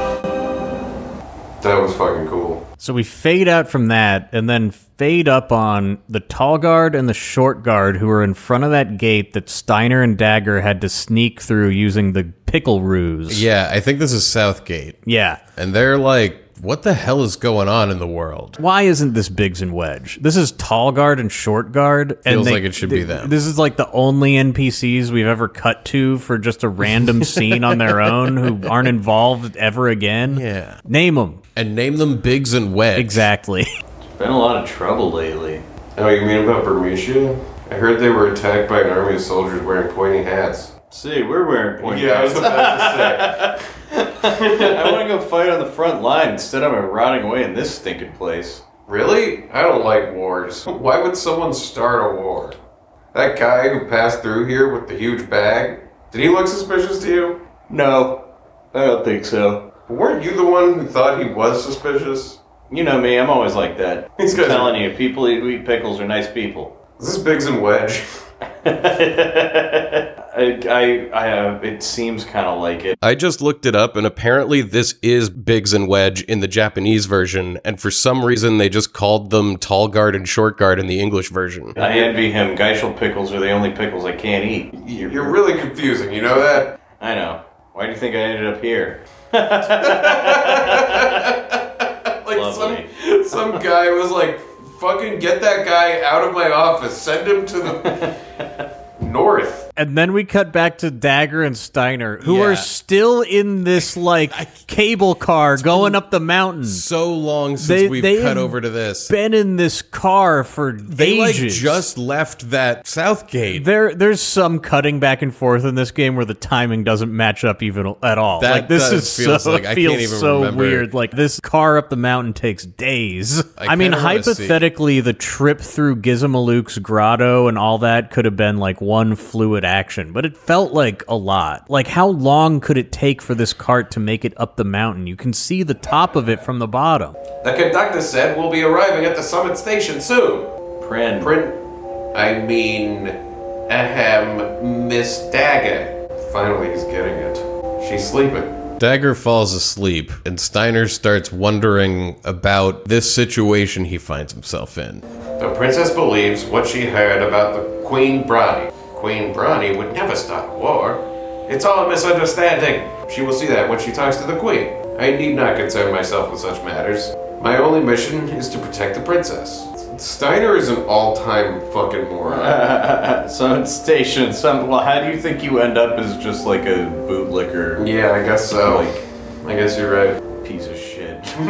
A: That was fucking cool.
C: So we fade out from that and then fade up on the tall guard and the short guard who are in front of that gate that Steiner and Dagger had to sneak through using the pickle ruse.
M: Yeah, I think this is Southgate.
C: Yeah.
M: And they're like, what the hell is going on in the world?
C: Why isn't this Biggs and Wedge? This is tall guard and short guard. And
M: Feels like it should be them.
C: This is like the only NPCs we've ever cut to for just a random scene on their own who aren't involved ever again.
M: Yeah.
C: Name them.
M: And name them Biggs and Wedge.
C: Exactly.
E: Been a lot of trouble lately.
A: Oh, you mean about Bermesia? I heard they were attacked by an army of soldiers wearing pointy hats.
E: See, we're wearing pointy
A: Yeah, I was about to say.
E: I want to go fight on the front line instead of rotting away in this stinking place.
A: Really? I don't like wars. Why would someone start a war? That guy who passed through here with the huge bag, did he look suspicious to you?
E: No, I don't think so.
A: Weren't you the one who thought he was suspicious?
E: You know me, I'm always like that.
A: These
E: I'm
A: guys are-
E: telling you, people who eat pickles are nice people.
A: Is this Biggs and Wedge?
E: I, I, I, uh, it seems kind of like it.
M: I just looked it up, and apparently this is Biggs and Wedge in the Japanese version, and for some reason they just called them tall guard and short guard in the English version.
E: I envy him. Geishel pickles are the only pickles I can't eat.
A: You're really confusing, you know that?
E: I know. Why do you think I ended up here?
A: Like
E: Lovely.
A: some some guy was like, fucking get that guy out of my office. Send him to the north.
C: And then we cut back to Dagger and Steiner, who
M: Yeah.
C: are still in this like cable car going up the mountain.
M: So long since
C: They-
M: we've
C: they
M: cut
C: have
M: over to this.
C: Been in this car for
M: They like
C: ages.
M: just left that Southgate.
C: there, there's some cutting back and forth in this game where the timing doesn't match up even at all.
M: That
C: like this
M: does-
C: is
M: feels
C: so
M: like- I
C: feels
M: can't even
C: so
M: remember.
C: weird. Like this car up the mountain takes days. I, mean,
M: kinda wanna see.
C: hypothetically, the trip through Gizmaluke's grotto and all that could have been like one fluid action, but it felt like a lot. Like how long could it take for this cart to make it up the mountain? You can see the top of it from the bottom.
A: The conductor said we'll be arriving at the summit station soon.
E: Pren.
A: Print. I mean, ahem, Miss Dagger. Finally, he's getting it. She's sleeping.
M: Dagger falls asleep, and Steiner starts wondering about this situation he finds himself in.
A: The princess believes what she heard about the Queen Brani. Queen Brani would never start a war. It's all a misunderstanding. She will see that when she talks to the Queen. I need not concern myself with such matters. My only mission is to protect the princess. It's Steiner is an all-time fucking moron.
I: Some station, some. Well, how do you think you end up as just like a bootlicker
A: yeah, I guess so. I guess you're right.
I: piece of shit?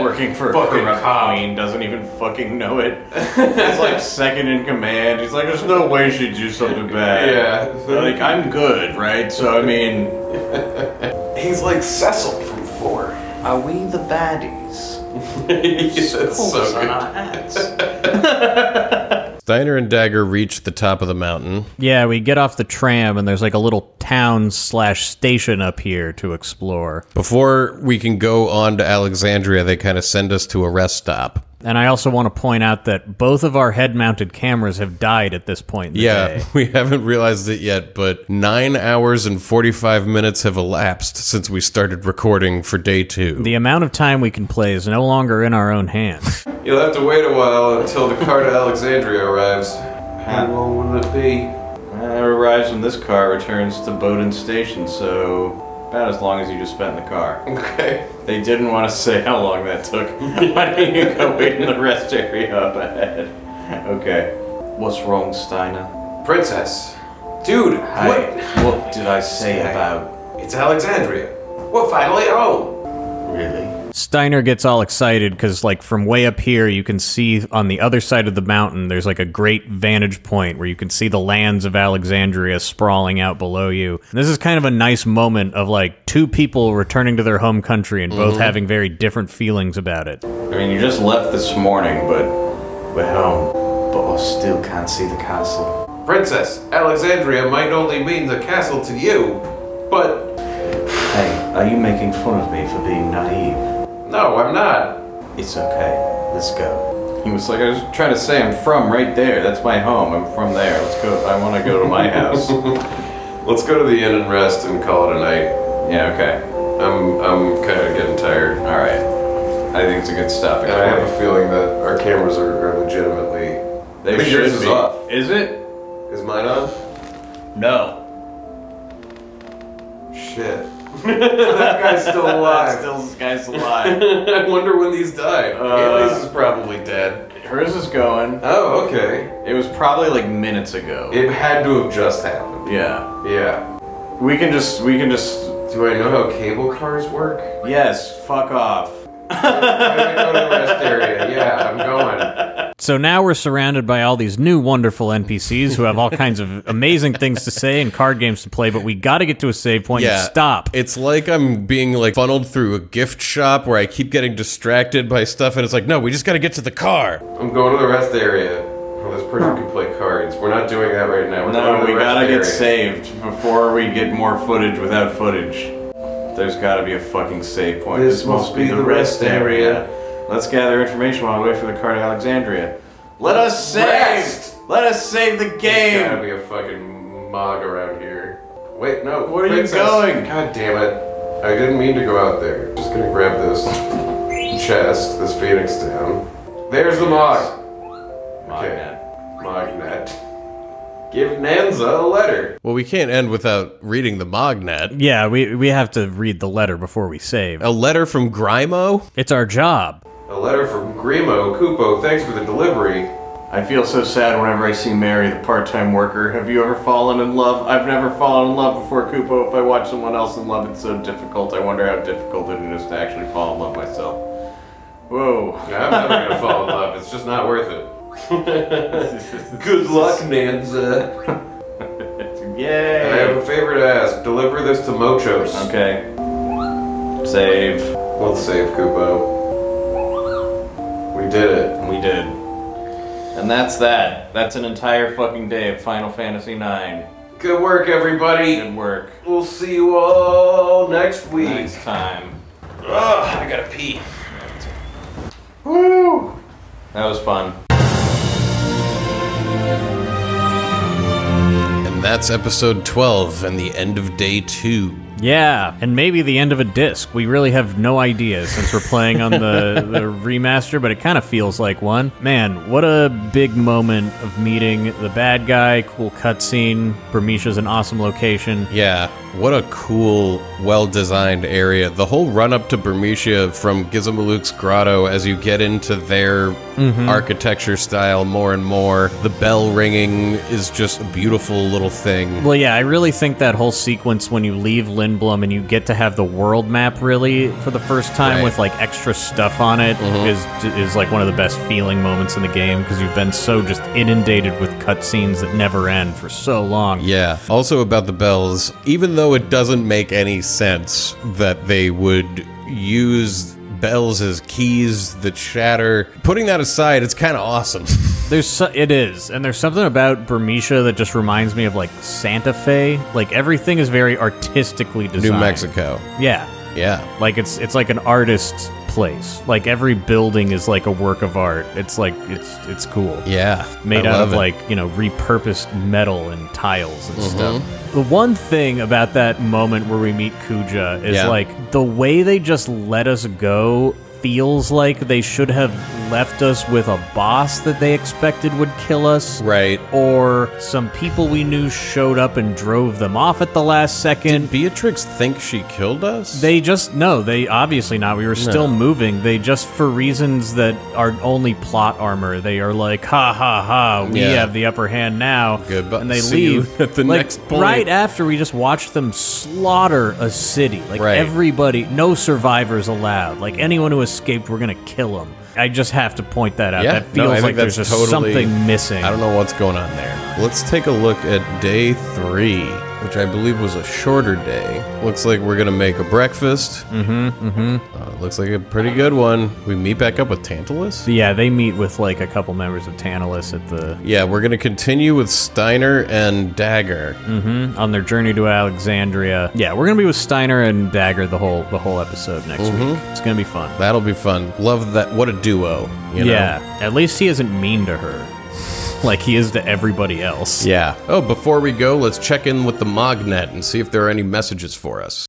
I: Working for a corrupt queen doesn't even fucking know it. He's like second in command. He's like, there's no way she'd do something bad.
A: Yeah.
I: Like, I'm good, right? So, I mean,
A: He's like Cecil from Four.
I: are we the baddies?
A: That's so
I: Holes on
A: good.
I: our hats.
N: Steiner and Dagger reach the top of the mountain.
C: Yeah, we get off the tram and there's like a little town slash station up here to explore.
N: Before we can go on to Alexandria, they kind of send us to a rest stop.
C: And I also want to point out that both of our head mounted cameras have died at this point in the
N: Yeah,
C: day.
N: we haven't realized it yet, but nine hours and 45 minutes have elapsed since we started recording for day two.
C: The amount of time we can play is no longer in our own hands.
A: You'll have to wait a while until the car to Alexandria arrives. How long will it be?
I: Uh, it arrives when this car returns to Bowdoin Station, so about as long as you just spent in the car.
A: Okay.
I: They didn't want to say how long that took. Why don't you go wait in the rest area up ahead? Okay. What's wrong, Steiner?
A: Princess. Dude,
I: Hi.
A: what?
I: What did I say
A: Hi.
I: about?
A: It's Alexandria. We're finally oh, at home.
I: Really?
C: Steiner gets all excited because, like, from way up here, you can see on the other side of the mountain, there's like a great vantage point where you can see the lands of Alexandria sprawling out below you. And this is kind of a nice moment of like two people returning to their home country and both having very different feelings about it.
I: I mean, you just left this morning, but we're home. But I still can't see the castle.
A: Princess, Alexandria might only mean the castle to you, but
I: Hey, are you making fun of me for being naive?
A: no, I'm not.
I: It's okay. Let's go. He was like, I was trying to say, I'm from right there. That's my home. I'm from there. Let's go. I want to go to my house.
A: Let's go to the inn and rest and call it a night.
I: yeah, okay.
A: I'm I'm kind of getting tired.
I: All right. I think it's a good stopping.
A: And I have a feeling that our cameras are, are legitimately.
I: They
A: Maybe
I: should
A: yours is
I: be.
A: off.
I: Is it?
A: Is mine on?
I: No.
A: Shit. that guy's still alive.
I: Still, this guy's alive.
A: I wonder when these died.
I: Uh,
A: Haley's is probably dead.
I: Hers is going.
A: Oh, okay.
I: It was probably like minutes ago.
A: It had to have just happened.
I: yeah.
A: Yeah.
I: We can just. We can just.
A: Do I know how cable cars work?
I: Yes. Fuck off.
A: I'm gonna go to the rest area. Yeah, I'm going.
C: So now we're surrounded by all these new wonderful NPCs who have all kinds of amazing things to say and card games to play, but we got to get to a save point and
N: Yeah.
C: stop.
N: It's like I'm being like funneled through a gift shop where I keep getting distracted by stuff, and it's like, no, we just got to get to the car.
A: I'm going to the rest area. Well, this person can play cards. We're not doing that right now. We're going
I: No,
A: to
I: we
A: the rest
I: gotta
A: area.
I: get saved before we get more footage without footage. There's gotta be a fucking save point.
A: This must be the rest area.
I: Let's gather information while we wait for the car to Alexandria. Let us save!
A: Rest!
I: Let us save the
A: There's gotta
I: game!
A: be a fucking mog around here. Wait, no.
I: Where are you
A: princess.
I: going?
A: God damn it. I didn't mean to go out there. Just gonna grab this chest, this phoenix down. There's the mog.
I: Magnet.
A: Magnet. Give Nanza a letter.
N: Well, we can't end without reading the Magnet.
C: Yeah, we, we have to read the letter before we save.
N: A letter from Grimo?
C: It's our job.
A: A letter from Grimo Kupo. Thanks for the delivery.
I: I feel so sad whenever I see Mary, the part-time worker. Have you ever fallen in love? I've never fallen in love before, Kupo. If I watch someone else in love, it's so difficult. I wonder how difficult it is to actually fall in love myself. Whoa.
A: I'm never gonna fall in love. It's just not worth it. Good luck, Nanza. I have
I: Yay!
A: a favor to ask. Deliver this to Mochos.
I: Okay. Save.
A: Let's save Kupo. We did it.
I: We did. And that's that. That's an entire fucking day of Final Fantasy IX.
A: Good work, everybody.
I: Good work.
A: We'll see you all next week.
I: Next time.
A: Ugh, I gotta pee.
I: Woo! That was fun.
N: And that's episode 12 and the end of day two.
C: Yeah, and maybe the end of a disc. We really have no idea since we're playing on the, the remaster, but it kind of feels like one. Man, what a big moment of meeting the bad guy. Cool cutscene. Burmisha's an awesome location.
A: Yeah, what a cool, well designed area. The whole run up to Bermesia from Gizamaluk's grotto as you get into their
C: Mm-hmm.
A: architecture style more and more. The bell ringing is just a beautiful little thing.
C: Well, yeah, I really think that whole sequence when you leave Lindblom and you get to have the world map really for the first time
A: Right. Mm-hmm.
C: with like extra stuff on it is is like one of the best feeling moments in the game because you've been so just inundated with cutscenes that never end for so long.
A: Yeah. Also about the bells, even though it doesn't make any sense that they would use bells as keys that shatter, putting that aside, it's kind of awesome.
C: There's so, it is, and there's something about Bermesia that just reminds me of like Santa Fe. Like everything is very artistically designed.
A: New Mexico.
C: yeah.
A: Yeah.
C: Like it's it's like an artist's place. Like every building is like a work of art. It's like it's it's cool.
A: Yeah.
C: made
A: I
C: out of
A: love it. Mm-hmm.
C: like you know repurposed metal and tiles and stuff. The one thing about that moment where we meet Kuja is
A: Yeah.
C: like the way they just let us go feels like they should have left us with a boss that they expected would kill us.
A: Right.
C: Or some people we knew showed up and drove them off at the last second.
A: Did Beatrix think she killed us?
C: They just no, they obviously not. We were still moving. They just for reasons that are only plot armor. They are like, ha ha ha, we
A: Yeah.
C: have the upper hand now.
A: Goodbye.
C: And they
A: See you
C: leave
A: at the
C: like,
A: next point.
C: Right after we just watched them slaughter a city. Like
A: Right.
C: everybody, no survivors allowed. Like anyone who escaped, we're gonna kill them. I just have to point that out.
A: Yeah,
C: that
A: no,
C: feels
A: I think
C: like there's
A: that's
C: just
A: totally-
C: something missing.
A: I don't know what's going on there. Let's take a look at day three, which I believe was a shorter day. Looks like we're gonna make a breakfast. Mm-hmm. Mm-hmm. Uh, looks like a pretty good one. We meet back up with Tantalus.
C: yeah, they meet with like a couple members of Tantalus at the
A: Yeah, we're gonna continue with Steiner and Dagger.
C: on their journey to Alexandria. Yeah, we're gonna be with Steiner and Dagger the whole the whole episode next week.
A: Mm-hmm.
C: It's gonna be fun.
A: That'll be fun. Love that. What a duo. You know?
C: yeah, at least he isn't mean to her, like he is to everybody else.
A: Yeah. Oh, before we go, let's check in with the Mognet and see if there are any messages for us.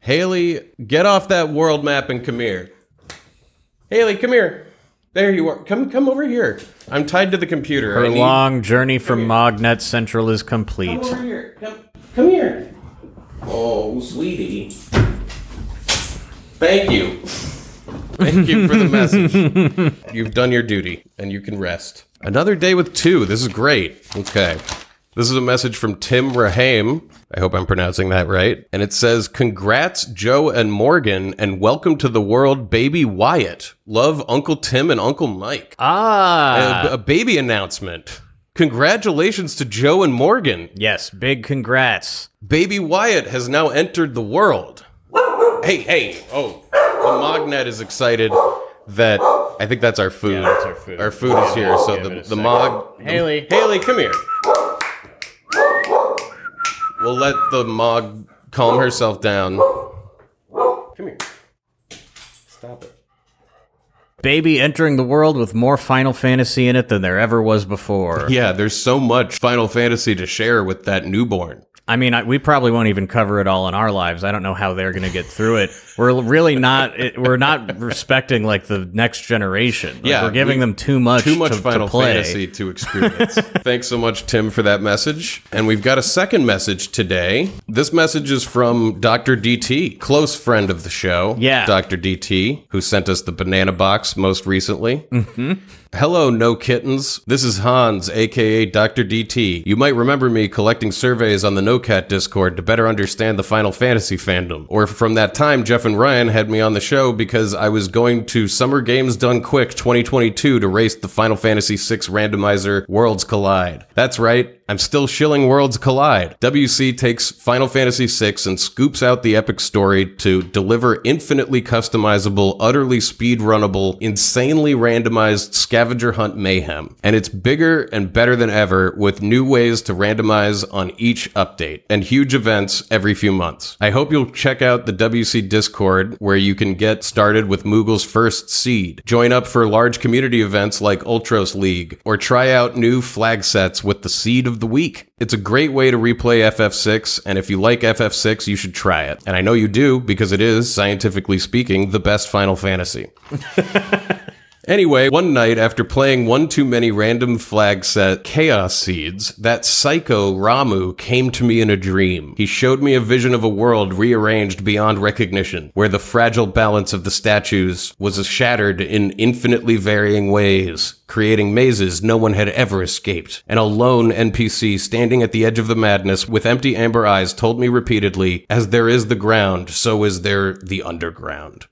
A: Haley, get off that world map and come here. Haley, come here. There you are. Come come over here. I'm tied to the computer. I
C: Her
A: need-
C: long journey from Magnet Central is complete.
A: Come over here. Come, come here. Oh, sweetie. Thank you. Thank you for the message. You've done your duty and you can rest. Another day with two. This is great. Okay. This is a message from Tim Rahame. I hope I'm pronouncing that right. And it says, Congrats, Joe and Morgan, and welcome to the world, baby Wyatt. Love Uncle Tim and Uncle Mike.
C: Ah,
A: A- a baby announcement. Congratulations to Joe and Morgan.
C: yes, big congrats.
A: Baby Wyatt has now entered the world. Hey, hey, oh, the Mognet is excited that I think that's our food.
C: that's our food.
A: is here, so
C: Give it a
A: the, the
C: second.
A: Mog.
C: Haley.
A: Haley, come here. We'll let the Mog calm herself down. Come here. Stop it.
C: Baby entering the world with more Final Fantasy in it than there ever was before.
A: Yeah, there's so much Final Fantasy to share with that newborn.
C: I mean, I, we probably won't even cover it all in our lives. I don't know how they're going to get through it. We're really not. It, we're not respecting like the next generation. Like,
A: Yeah,
C: we're giving
A: we-
C: them too much.
A: too much
C: to,
A: Final
C: to play.
A: Fantasy to experience. Thanks so much, Tim, for that message. And we've got a second message today. This message is from Dr. DT, close friend of the show.
C: Yeah.
A: Dr. DT, who sent us the banana box most recently. Hello, no kittens. This is Hans, aka Dr. DT. You might remember me collecting surveys on the NoCat Discord to better understand the Final Fantasy fandom. Or from that time, Jeff and Ryan had me on the show because I was going to Summer Games Done Quick 2022 to race the Final Fantasy VI randomizer Worlds Collide. That's right. I'm still shilling Worlds Collide. WC takes Final Fantasy VI and scoops out the epic story to deliver infinitely customizable, utterly speedrunnable, insanely randomized scavenger hunt mayhem. And it's bigger and better than ever with new ways to randomize on each update and huge events every few months. I hope you'll check out the WC Discord where you can get started with Moogle's first seed. Join up for large community events like Ultros League or try out new flag sets with the seed of of the week. It's a great way to replay FF6, and if you like FF6, you should try it. And I know you do because it is, scientifically speaking, the best Final Fantasy. Anyway, one night after playing one too many random flag set chaos seeds, that psycho Ramu came to me in a dream. He showed me a vision of a world rearranged beyond recognition, where the fragile balance of the statues was shattered in infinitely varying ways, creating mazes no one had ever escaped. And a lone NPC standing at the edge of the madness with empty amber eyes told me repeatedly, as there is the ground, so is there the underground.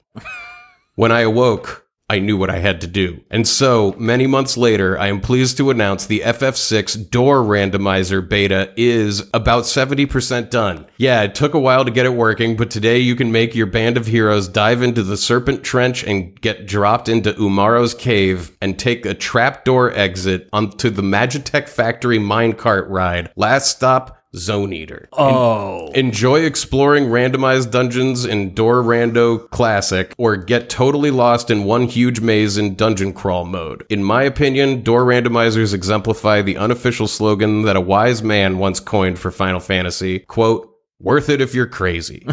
A: When I awoke, I knew what I had to do. And so, many months later, I am pleased to announce the FF6 door randomizer beta is about 70% done. Yeah, it took a while to get it working, but today you can make your band of heroes dive into the Serpent Trench and get dropped into Umaro's cave and take a trapdoor exit onto the Magitech Factory minecart ride. Last stop, Zone Eater.
B: Oh,
A: Enjoy exploring randomized dungeons in Door Rando Classic, or get totally lost in one huge maze in Dungeon Crawl mode. In my opinion, Door Randomizers exemplify the unofficial slogan that a wise man once coined for Final Fantasy quote, worth it if you're crazy.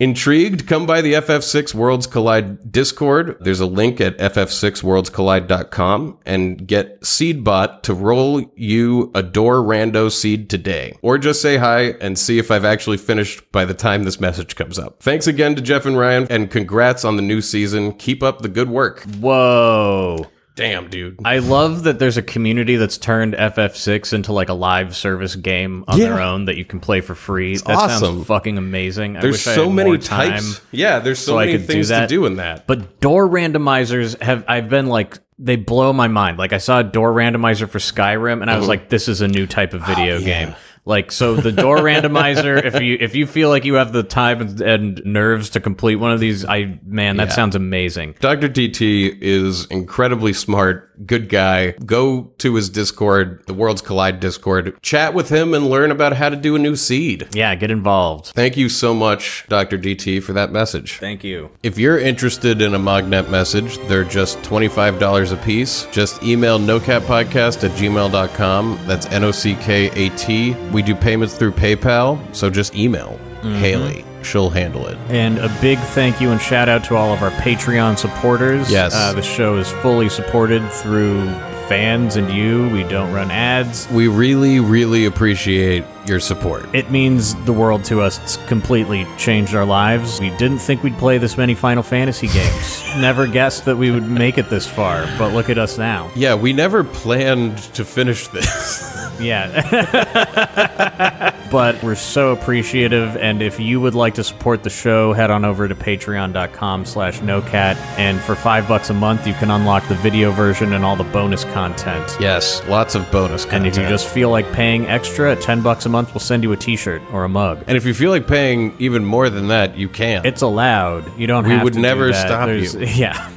A: Intrigued? Come by the FF6 Worlds Collide Discord. There's a link at ff6worldscollide.com and get Seedbot to roll you a door rando seed today. Or just say hi and see if I've actually finished by the time this message comes up. Thanks again to Jeff and Ryan and congrats on the new season. Keep up the good work.
C: Whoa.
A: Damn, dude.
C: I love that there's a community that's turned FF6 into like a live service game on their own that you can play for free. that
A: awesome.
C: sounds fucking amazing. I
A: There's
C: wish I
A: so
C: had
A: many
C: more time.
A: types. Yeah, there's so,
C: so I
A: many
C: could do
A: things to
C: that.
A: do in that.
C: But door randomizers have I've been like they blow my mind. Like I saw a door randomizer for Skyrim and I was like this is a new type of video game. Like so the door randomizer if you if you feel like you have the time and, and nerves to complete one of these I man that sounds amazing.
A: Dr. DT is incredibly smart, good guy. Go to his Discord, the Worlds Collide Discord, chat with him and learn about how to do a new seed.
C: Yeah, get involved.
A: Thank you so much, Dr. DT, for that message.
C: Thank you.
A: If you're interested in a Magnet message, they're just $25 a piece. Just email nocatpodcast at gmail.com. That's N O C K A T. We do payments through PayPal, so just email Haley. She'll handle it.
C: And a big thank you and shout out to all of our Patreon supporters.
A: Yes.
C: Uh, the show is fully supported through fans and you. We don't run ads.
A: We really, really appreciate your support.
C: It means the world to us. It's completely changed our lives. We didn't think we'd play this many Final Fantasy games. Never guessed that we would make it this far, but look at us now.
A: Yeah, we never planned to finish this.
C: Yeah. but we're so appreciative and if you would like to support the show, head on over to patreon.com slash nocat and for five bucks a month you can unlock the video version and all the bonus content.
A: yes, lots of bonus
C: And
A: content.
C: if you just feel like paying extra, at ten bucks a month we'll send you a t shirt or a mug.
A: and if you feel like paying even more than that, you can.
C: It's allowed. You don't
A: We
C: have
A: would
C: to do
A: never
C: that.
A: stop
C: There's-
A: you.
C: Yeah.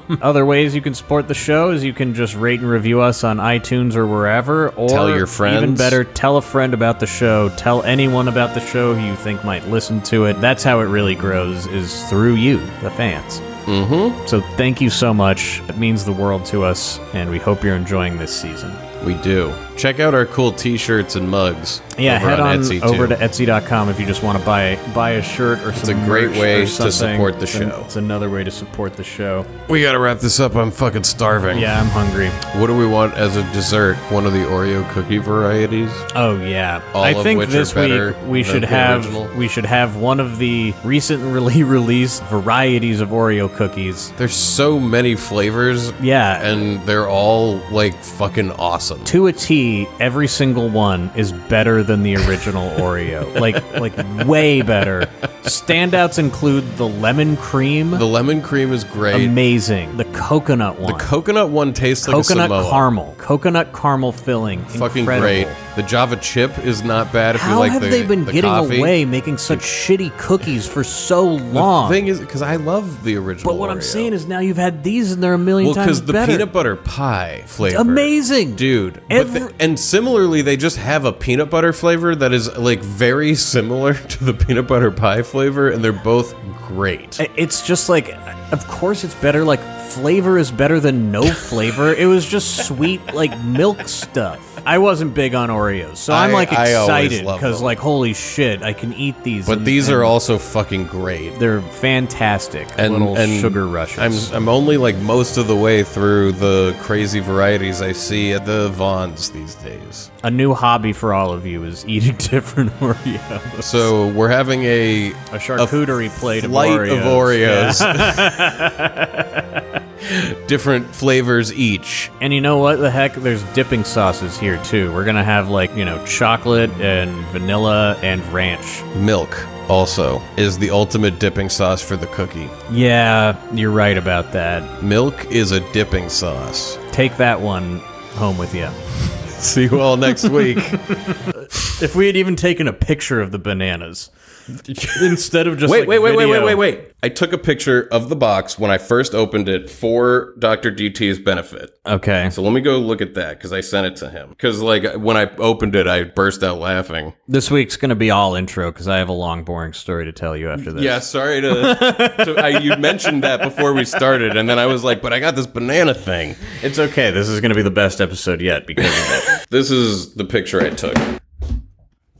C: Other ways you can support the show is you can just rate and review us on iTunes or wherever. Or
A: Tell your
C: Even
A: friends.
C: better, tell a friend about the show. Tell anyone about the show who you think might listen to it. That's how it really grows, is through you, the fans. Mm-hmm. So thank you so much. It means the world to us, and we hope you're enjoying this season.
A: we do. Check out our cool t-shirts and mugs.
C: Yeah,
A: over
C: head
A: on,
C: on,
A: Etsy
C: over
A: too.
C: to Etsy.com if you just want to buy buy a shirt or
A: a
C: something.
A: great way to support the
C: it's an-
A: show.
C: it's another way to support the show.
A: We gotta wrap this up. I'm fucking starving.
C: Yeah, I'm hungry.
A: What do we want as a dessert? One of the Oreo cookie varieties?
C: Oh yeah.
A: All
C: I
A: of
C: think
A: which
C: this
A: are better
C: week we
A: than
C: should
A: the
C: have
A: original.
C: we should have one of the recently released varieties of Oreo cookies.
A: There's so many flavors,
C: Yeah.
A: and they're all like fucking awesome.
C: to a T, every single one is better than the original Oreo. Like like way better. Standouts include the lemon cream,
A: The lemon cream is great.
C: amazing. The coconut one.
A: the coconut one tastes
C: coconut
A: like a Samoa.
C: caramel. Coconut caramel filling.
A: Fucking
C: Incredible.
A: great. The Java chip is not bad if
C: How
A: you like
C: have
A: the
C: they been
A: the
C: getting
A: coffee.
C: away making such shitty cookies for so long?
A: The thing is, because I love the original.
C: But what I'm
A: Oreo.
C: saying is now you've had these and they're a million
A: well,
C: times
A: because the
C: better.
A: peanut butter pie flavor,
C: Amazing,
A: dude. but
C: Every-
A: the- and similarly, they just have a peanut butter flavor that is like very similar to the peanut butter pie flavor, and they're both great.
C: I- It's just like, of course it's better like flavor is better than no flavor. it was just sweet, like milk stuff. I wasn't big on Oreos, so I'm
A: I-
C: like
A: I always
C: excited
A: love
C: because,
A: them.
C: like, holy shit, I can eat these.
A: But
C: and-
A: these are
C: and
A: also fucking great.
C: they're fantastic little sugar rushes.
A: I'm I'm only like most of the way through the crazy varieties I see at the Vons these days.
C: a new hobby for all of you is eating different Oreos.
A: So we're having a
C: A charcuterie plate of
A: flight of
C: Oreos.
A: Oreos, different flavors each.
C: And you know what the heck? There's dipping sauces here too. We're gonna have like, you know, chocolate and vanilla and ranch.
A: Milk also is the ultimate dipping sauce for the cookie.
C: Yeah, you're right about that.
A: Milk is a dipping sauce.
C: Take that one home with you.
A: See you all next week.
C: If we had even taken a picture of the bananas instead of just
A: wait,
C: like,
A: wait, wait, wait, wait,
C: video-
A: wait, wait. I took a picture of the box when I first opened it for Dr. DT's benefit.
C: Okay.
A: So let me go look at that because I sent it to him. Because like when I opened it, I burst out laughing.
C: This week's gonna be all intro because I have a long, boring story to tell you after this.
A: Yeah, sorry to. to I, you mentioned that before we started, and then I was like, "But I got this banana thing."
C: It's okay. This is gonna be the best episode yet because of it.
A: This is the picture I took.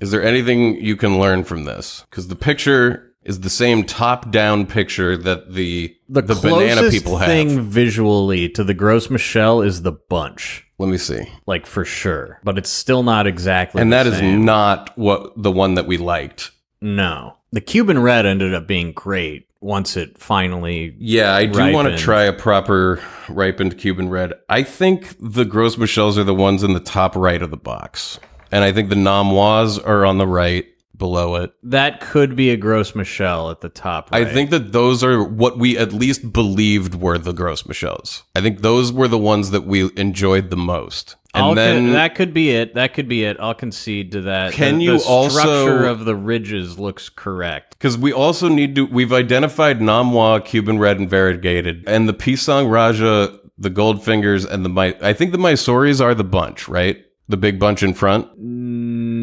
A: Is there anything you can learn from this? Because the picture is the same top-down picture that the
C: The,
A: the, banana people have.
C: thing visually to the gross Michelle is the bunch.
A: Let me see.
C: like for sure, but it's still not exactly.
A: And
C: the
A: that is
C: same.
A: not what the one that we liked.
C: no. The Cuban red ended up being great once it finally.
A: Yeah, I do want to
C: Ripened.
A: try a proper ripened Cuban red. I think the Gros Michels are the ones in the top right of the box. And I think the Namois are on the right below it.
C: That could be a gross Michelle at the top. Right?
A: I think that those are what we at least believed were the Gros Michels. I think those were the ones that we enjoyed the most. And
C: I'll con-
A: then
C: that could be it. That could be it. I'll concede to that.
A: Can
C: The-
A: you
C: the
A: also-
C: structure of the ridges looks correct?
A: Because we also need to, we've identified Namwa, Cuban Red, and Variegated, and the Pisang Raja, the Goldfingers, and the My, I think the Mysoris are the bunch, right? The big bunch in front.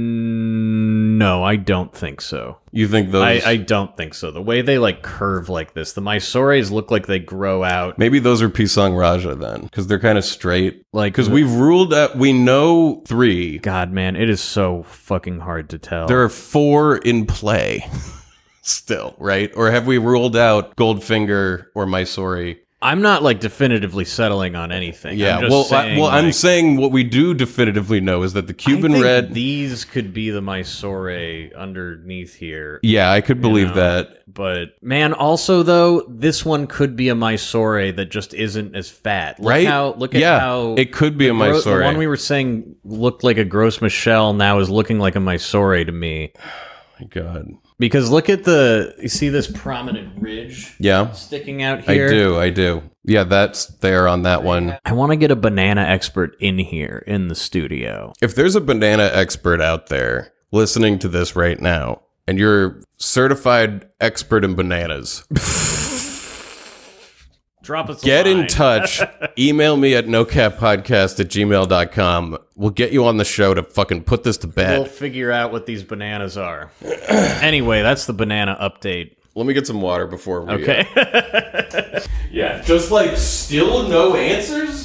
C: Mm, No, I don't think so.
A: You think those?
C: I, I don't think so. The way they like curve like this, the Mysores look like they grow out.
A: maybe those are Pisang Raja then, because they're kind of straight.
C: Like
A: Because we've ruled out, we know three.
C: God, man, it is so fucking hard to tell.
A: There are four in play, still, right? Or have we ruled out Goldfinger or Mysori?
C: I'm not like definitively settling on anything.
A: Yeah.
C: I'm just
A: well,
C: saying,
A: I, well, I'm
C: like,
A: saying what we do definitively know is that the Cuban
C: I think
A: Red.
C: These could be the Mysore underneath here,
A: yeah, I could believe
C: know.
A: that.
C: but man, also though, this one could be a Mysore that just isn't as fat. Look
A: right?
C: How, look at
A: yeah,
C: how
A: it could be a
C: gro-
A: Mysore.
C: The one we were saying looked like a gross Michelle now is looking like a Mysore to me
A: My God.
C: because look at the you see this prominent ridge
A: Yeah,
C: sticking out
A: I
C: here.
A: do. I do. Yeah, that's there on that one.
C: I want to get a banana expert in here in the studio.
A: If there's a banana expert out there listening to this right now, and you're certified expert in bananas,
C: Drop us.
A: get in touch. Email me at nocappodcast at gmail.com. We'll get you on the show to fucking put this to
C: We'll
A: bed.
C: figure out what these bananas are. anyway, that's the banana update.
A: Let me get some water before we.
C: Okay.
G: Yeah, just like still no answers?